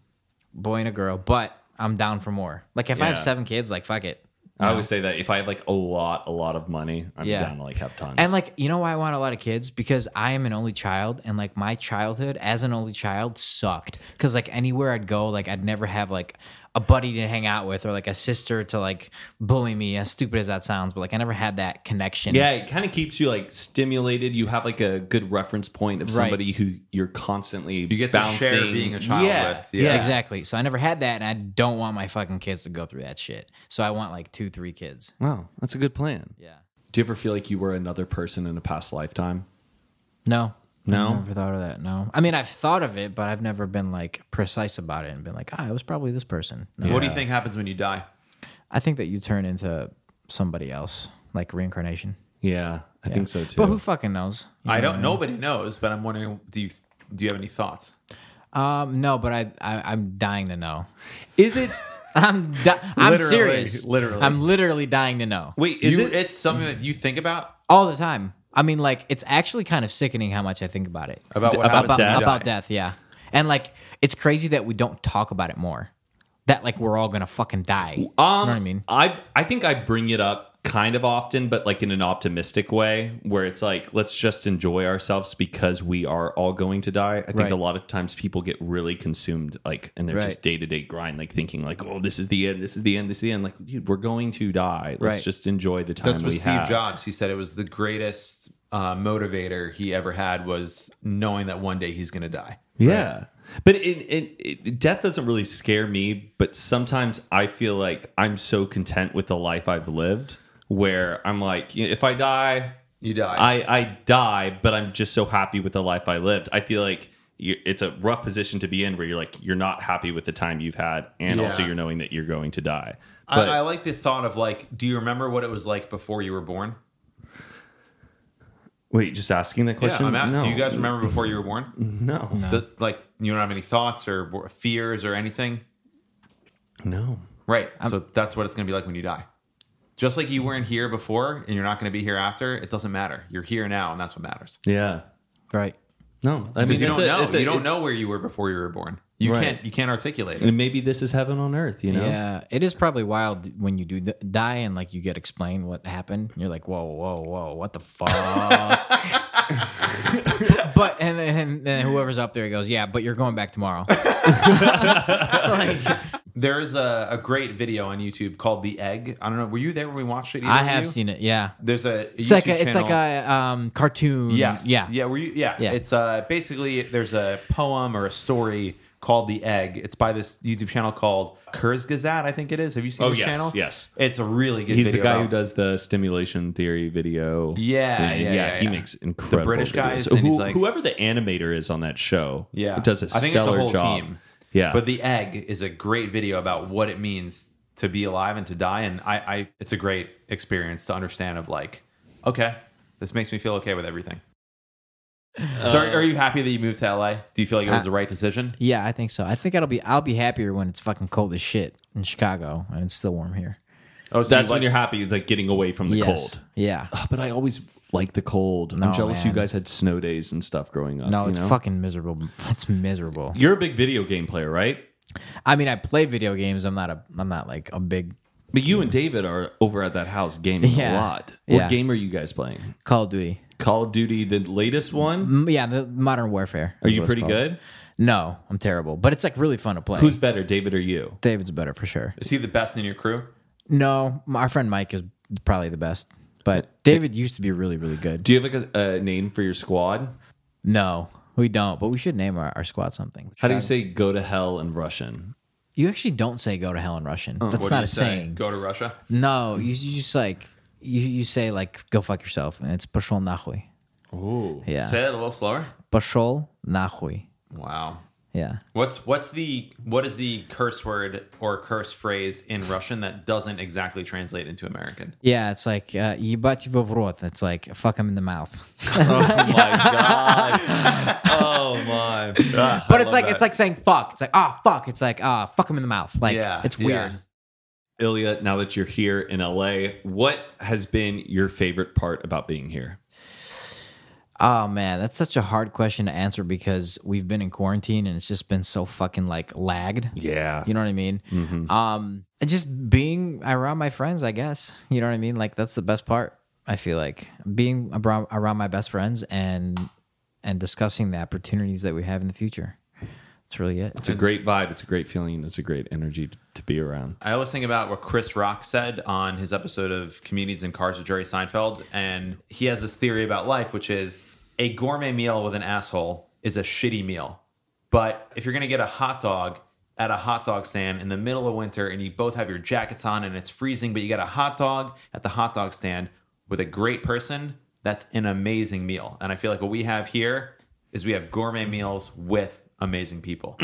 S2: boy and a girl, but I'm down for more. Like, if I have
S4: Yeah.
S2: seven kids, like, fuck it.
S4: I always say that if I have like a lot, a lot of money, I'm
S2: Yeah.
S4: down to like have tons.
S2: And like, you know why I want a lot of kids? Because I am an only child, and like my childhood as an only child sucked. Because like anywhere I'd go, like I'd never have like a buddy to hang out with or like a sister to like bully me. As stupid as that sounds, but like I never had that connection.
S4: Yeah, it kind of keeps you like stimulated. You have like a good reference point of
S2: Right.
S4: somebody who you're constantly you
S1: get to
S4: bouncing.
S1: share being a child
S4: yeah,
S1: with.
S4: Yeah,
S1: Yeah.
S2: Exactly. So I never had that, and I don't want my fucking kids to go through that shit. So I want like two, three kids.
S4: Wow, that's a good plan.
S2: Yeah.
S4: Do you ever feel like you were another person in a past lifetime?
S2: No.
S4: No?
S2: I've never thought of that. No. I mean, I've thought of it, but I've never been like precise about it and been like, ah, I was probably this person. No.
S1: What do you think happens when you die?
S2: I think that you turn into somebody else, like reincarnation.
S4: Yeah, I think so too.
S2: But who fucking knows?
S1: I
S4: Mm.
S1: don't. Nobody knows, but I'm wondering. Do you do you have any thoughts?
S2: Um, no, but I, I I'm dying to know. [LAUGHS]
S4: is it?
S2: I'm di- I'm
S1: Literally,
S2: serious.
S1: literally.
S2: I'm literally dying to know.
S4: Wait, is
S1: You-
S4: it?
S1: It's something that you think about
S2: all the time. I mean, like it's actually kind of sickening how much I think about it.
S1: about what
S4: About
S1: happens
S2: about,
S1: when you
S4: death.
S1: die.
S2: about death, yeah. And like it's crazy that we don't talk about it more. That like we're all gonna fucking die. you know what
S4: Um,
S2: I mean?
S4: I I think I bring it up kind of often, but like in an optimistic way, where it's like let's just enjoy ourselves because we are all going to die. I think
S2: Right.
S4: a lot of times people get really consumed, like, and they're just
S2: Right.
S4: day to day grind, like thinking like, oh, this is the end, this is the end, this is the end. Like, dude, we're going to die. Let's
S2: Right.
S4: just enjoy the time
S1: That's
S4: we
S1: what Steve
S4: have.
S1: Jobs. He said it was the greatest uh, motivator he ever had was knowing that one day he's going to die.
S4: Yeah. But it, it, it, death doesn't really scare me, but sometimes I feel like I'm so content with the life I've lived where I'm like, you know, if I die,
S1: You die.
S4: I, I die, but I'm just so happy with the life I lived. I feel like you it's a rough position to be in where you're like, you're not happy with the time you've had, and
S1: Yeah.
S4: also you're knowing that you're going to die. But
S1: I, I like the thought of like, do you remember what it was like before you were born?
S4: wait, just asking that
S1: Yeah,
S4: question?
S1: I'm out.
S4: No.
S1: Do you guys remember before you were born?
S4: No.
S1: The- like, you don't have any thoughts or w- fears or anything,
S4: No.
S1: right? so that's what it's going to be like when you die. Just like you weren't here before, and you're not going to be here after. It doesn't matter. You're here now, and that's what matters.
S4: Yeah.
S2: Right.
S4: No. I mean,
S1: Because you
S4: it's
S1: don't
S4: a-
S1: know.
S4: it's a-
S1: you don't
S4: it's-
S1: know where you were before you were born. You
S4: Right.
S1: can't. You can't articulate it.
S4: And maybe this is heaven on earth, you know?
S2: Yeah, it is probably wild when you do d- die and like you get explained what happened. You're like, whoa, whoa, whoa, what the fuck? [LAUGHS] but and then and, then whoever's up there goes, yeah, but you're going back
S4: [LAUGHS]
S2: tomorrow. Like,
S1: There's a, a great video on YouTube called "The Egg." I don't know. Were you there when we watched it? either
S2: I
S1: of
S2: have
S1: you?
S2: seen it. Yeah,
S1: There's a.
S2: it's like a, it's like a um, cartoon.
S1: Yes.
S2: yeah,
S1: Yeah. Were you? Yeah.
S2: Yeah.
S1: It's uh basically there's a poem or a story called "The Egg." It's by this YouTube channel called Kurz Gazette, I think it is. Have you seen
S4: Oh,
S1: this
S4: yes,
S1: channel?
S4: yes.
S1: It's a really good.
S4: He's
S1: video
S4: the guy
S1: about-
S4: who does the stimulation theory video.
S1: Yeah,
S4: thing.
S1: yeah, yeah,
S4: He
S1: yeah.
S4: makes incredible.
S1: British guy,
S4: videos.
S1: and he's
S4: Who-
S1: like-
S4: whoever the animator is on that show.
S1: Yeah.
S4: does a
S1: I think it's a
S4: stellar
S1: whole
S4: job.
S1: team.
S4: Yeah,
S1: But "The Egg" is a great video about what it means to be alive and to die, and I, I it's a great experience to understand of like, okay, this makes me feel okay with everything.
S4: Uh,
S1: so, are, are you happy that you moved to LA? Do you feel like it was
S2: Uh,
S1: the right decision?
S2: Yeah, I think so. I think I'll be I'll be happier when it's fucking cold as shit in Chicago and it's still warm here.
S1: Oh, so
S4: that's
S1: you
S4: when
S1: like-
S4: you're happy. It's like getting away from the
S2: Yes.
S4: cold.
S2: Yeah.
S4: Ah, But I always like the cold.
S2: No,
S4: I'm jealous
S2: man.
S4: you guys had snow days and stuff growing up.
S2: No,
S4: you
S2: it's
S4: know?
S2: fucking miserable. It's miserable.
S4: You're a big video game player, right?
S2: I mean, I play video games. I'm not a I'm not like a big
S4: But you and David are over at that house gaming
S2: Yeah.
S4: a lot. What
S2: Yeah.
S4: game are you guys playing?
S2: Call of Duty.
S4: Call of Duty, the latest one.
S2: Mm, Yeah, the Modern Warfare.
S4: Are
S2: is
S4: you
S2: what it's
S4: pretty
S2: called.
S4: good?
S2: No, I'm terrible, but it's like really fun to play.
S4: Who's better, David or you?
S2: David's better for sure.
S1: Is he the best in your crew?
S2: No, my- our friend Mike is probably the best, but David used to be really really good.
S4: Do you have like a, a name for your squad?
S2: No, we don't, but we should name our, our squad something.
S4: How do you say go to hell in Russian?
S2: You actually don't say go to hell in Russian.
S4: Oh,
S2: That's
S1: What do
S2: not
S1: you
S2: a
S1: say?
S2: saying.
S1: Go to Russia.
S2: No, you, you just like you, you say like go fuck yourself, and it's pashol nahui.
S4: Ooh.
S2: Yeah,
S1: Say it a little slower.
S2: pashol nahui.
S1: Wow.
S2: Yeah,
S1: What's what's the what is the curse word or curse phrase in Russian that doesn't exactly translate into American?
S2: yeah. It's like yibat uh, в рот. It's like fuck him in the mouth.
S4: [LAUGHS] Oh my god. [LAUGHS] oh my.
S2: but it's like it's like saying fuck. It's like ah fuck. It's like ah fuck him in the mouth. Like
S1: Yeah,
S2: it's weird.
S1: yeah.
S4: Ilya, now that you're here in LA, what has been your favorite part about being here?
S2: Oh man, that's such a hard question to answer because we've been in quarantine and it's just been so fucking like lagged.
S4: Yeah.
S2: You know what I mean?
S1: Mm-hmm.
S2: Um, and just being around my friends, I guess. You know what I mean? Like that's the best part. I feel like being around, around my best friends and and discussing the opportunities that we have in the future. That's really it.
S4: It's a great vibe. It's a great feeling. It's a great energy t- to be around.
S1: I always think about what Chris Rock said on his episode of Comedians in Cars with Jerry Seinfeld, and he has this theory about life, which is a gourmet meal with an asshole is a shitty meal. But if you're gonna get a hot dog at a hot dog stand in the middle of winter and you both have your jackets on and it's freezing, but you got a hot dog at the hot dog stand with a great person, that's an amazing meal. And I feel like what we have here is we have gourmet meals with amazing people.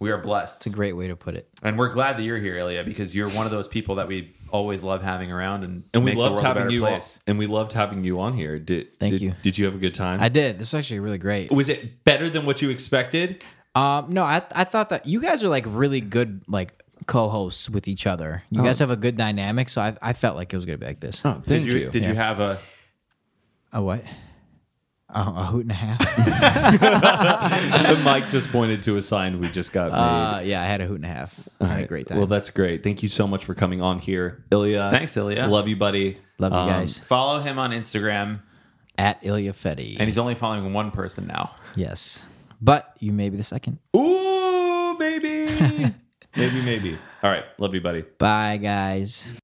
S1: We are blessed.
S2: Great way to put it.
S1: And we're glad that you're here, Ilya, because you're one of those people that we always love having around and,
S4: And we
S1: make
S4: loved
S1: the world a
S4: having
S1: better
S4: you. On,
S1: place.
S4: and we loved having you on here. Did
S2: Thank
S4: did-
S2: you.
S4: Did you have a good time?
S2: I did. This was actually really great.
S4: was it better than what you expected?
S2: Um, no, I I thought that you guys are like really good like co-hosts with each other. You guys have a good dynamic, so I I felt like it was gonna be like this.
S3: Oh,
S1: Did
S3: thank
S1: you,
S3: you.
S1: did you have a
S2: A what? A, a hoot and a half.
S4: the mic just pointed to a sign we just got made.
S2: uh, yeah, I had a hoot and a half. I had a
S4: Alright.
S2: great time.
S4: Well, that's great. Thank you so much for coming on here, Ilya.
S1: Thanks, Ilya.
S4: Love you, buddy.
S2: Love you
S4: Um,
S2: guys.
S1: follow him on Instagram?
S2: At Ilya Fetty.
S1: And he's only following one person now.
S2: yes. But you may be the second. [LAUGHS]
S4: Ooh, maybe. maybe, maybe. All right. Love you, buddy.
S2: Bye, guys.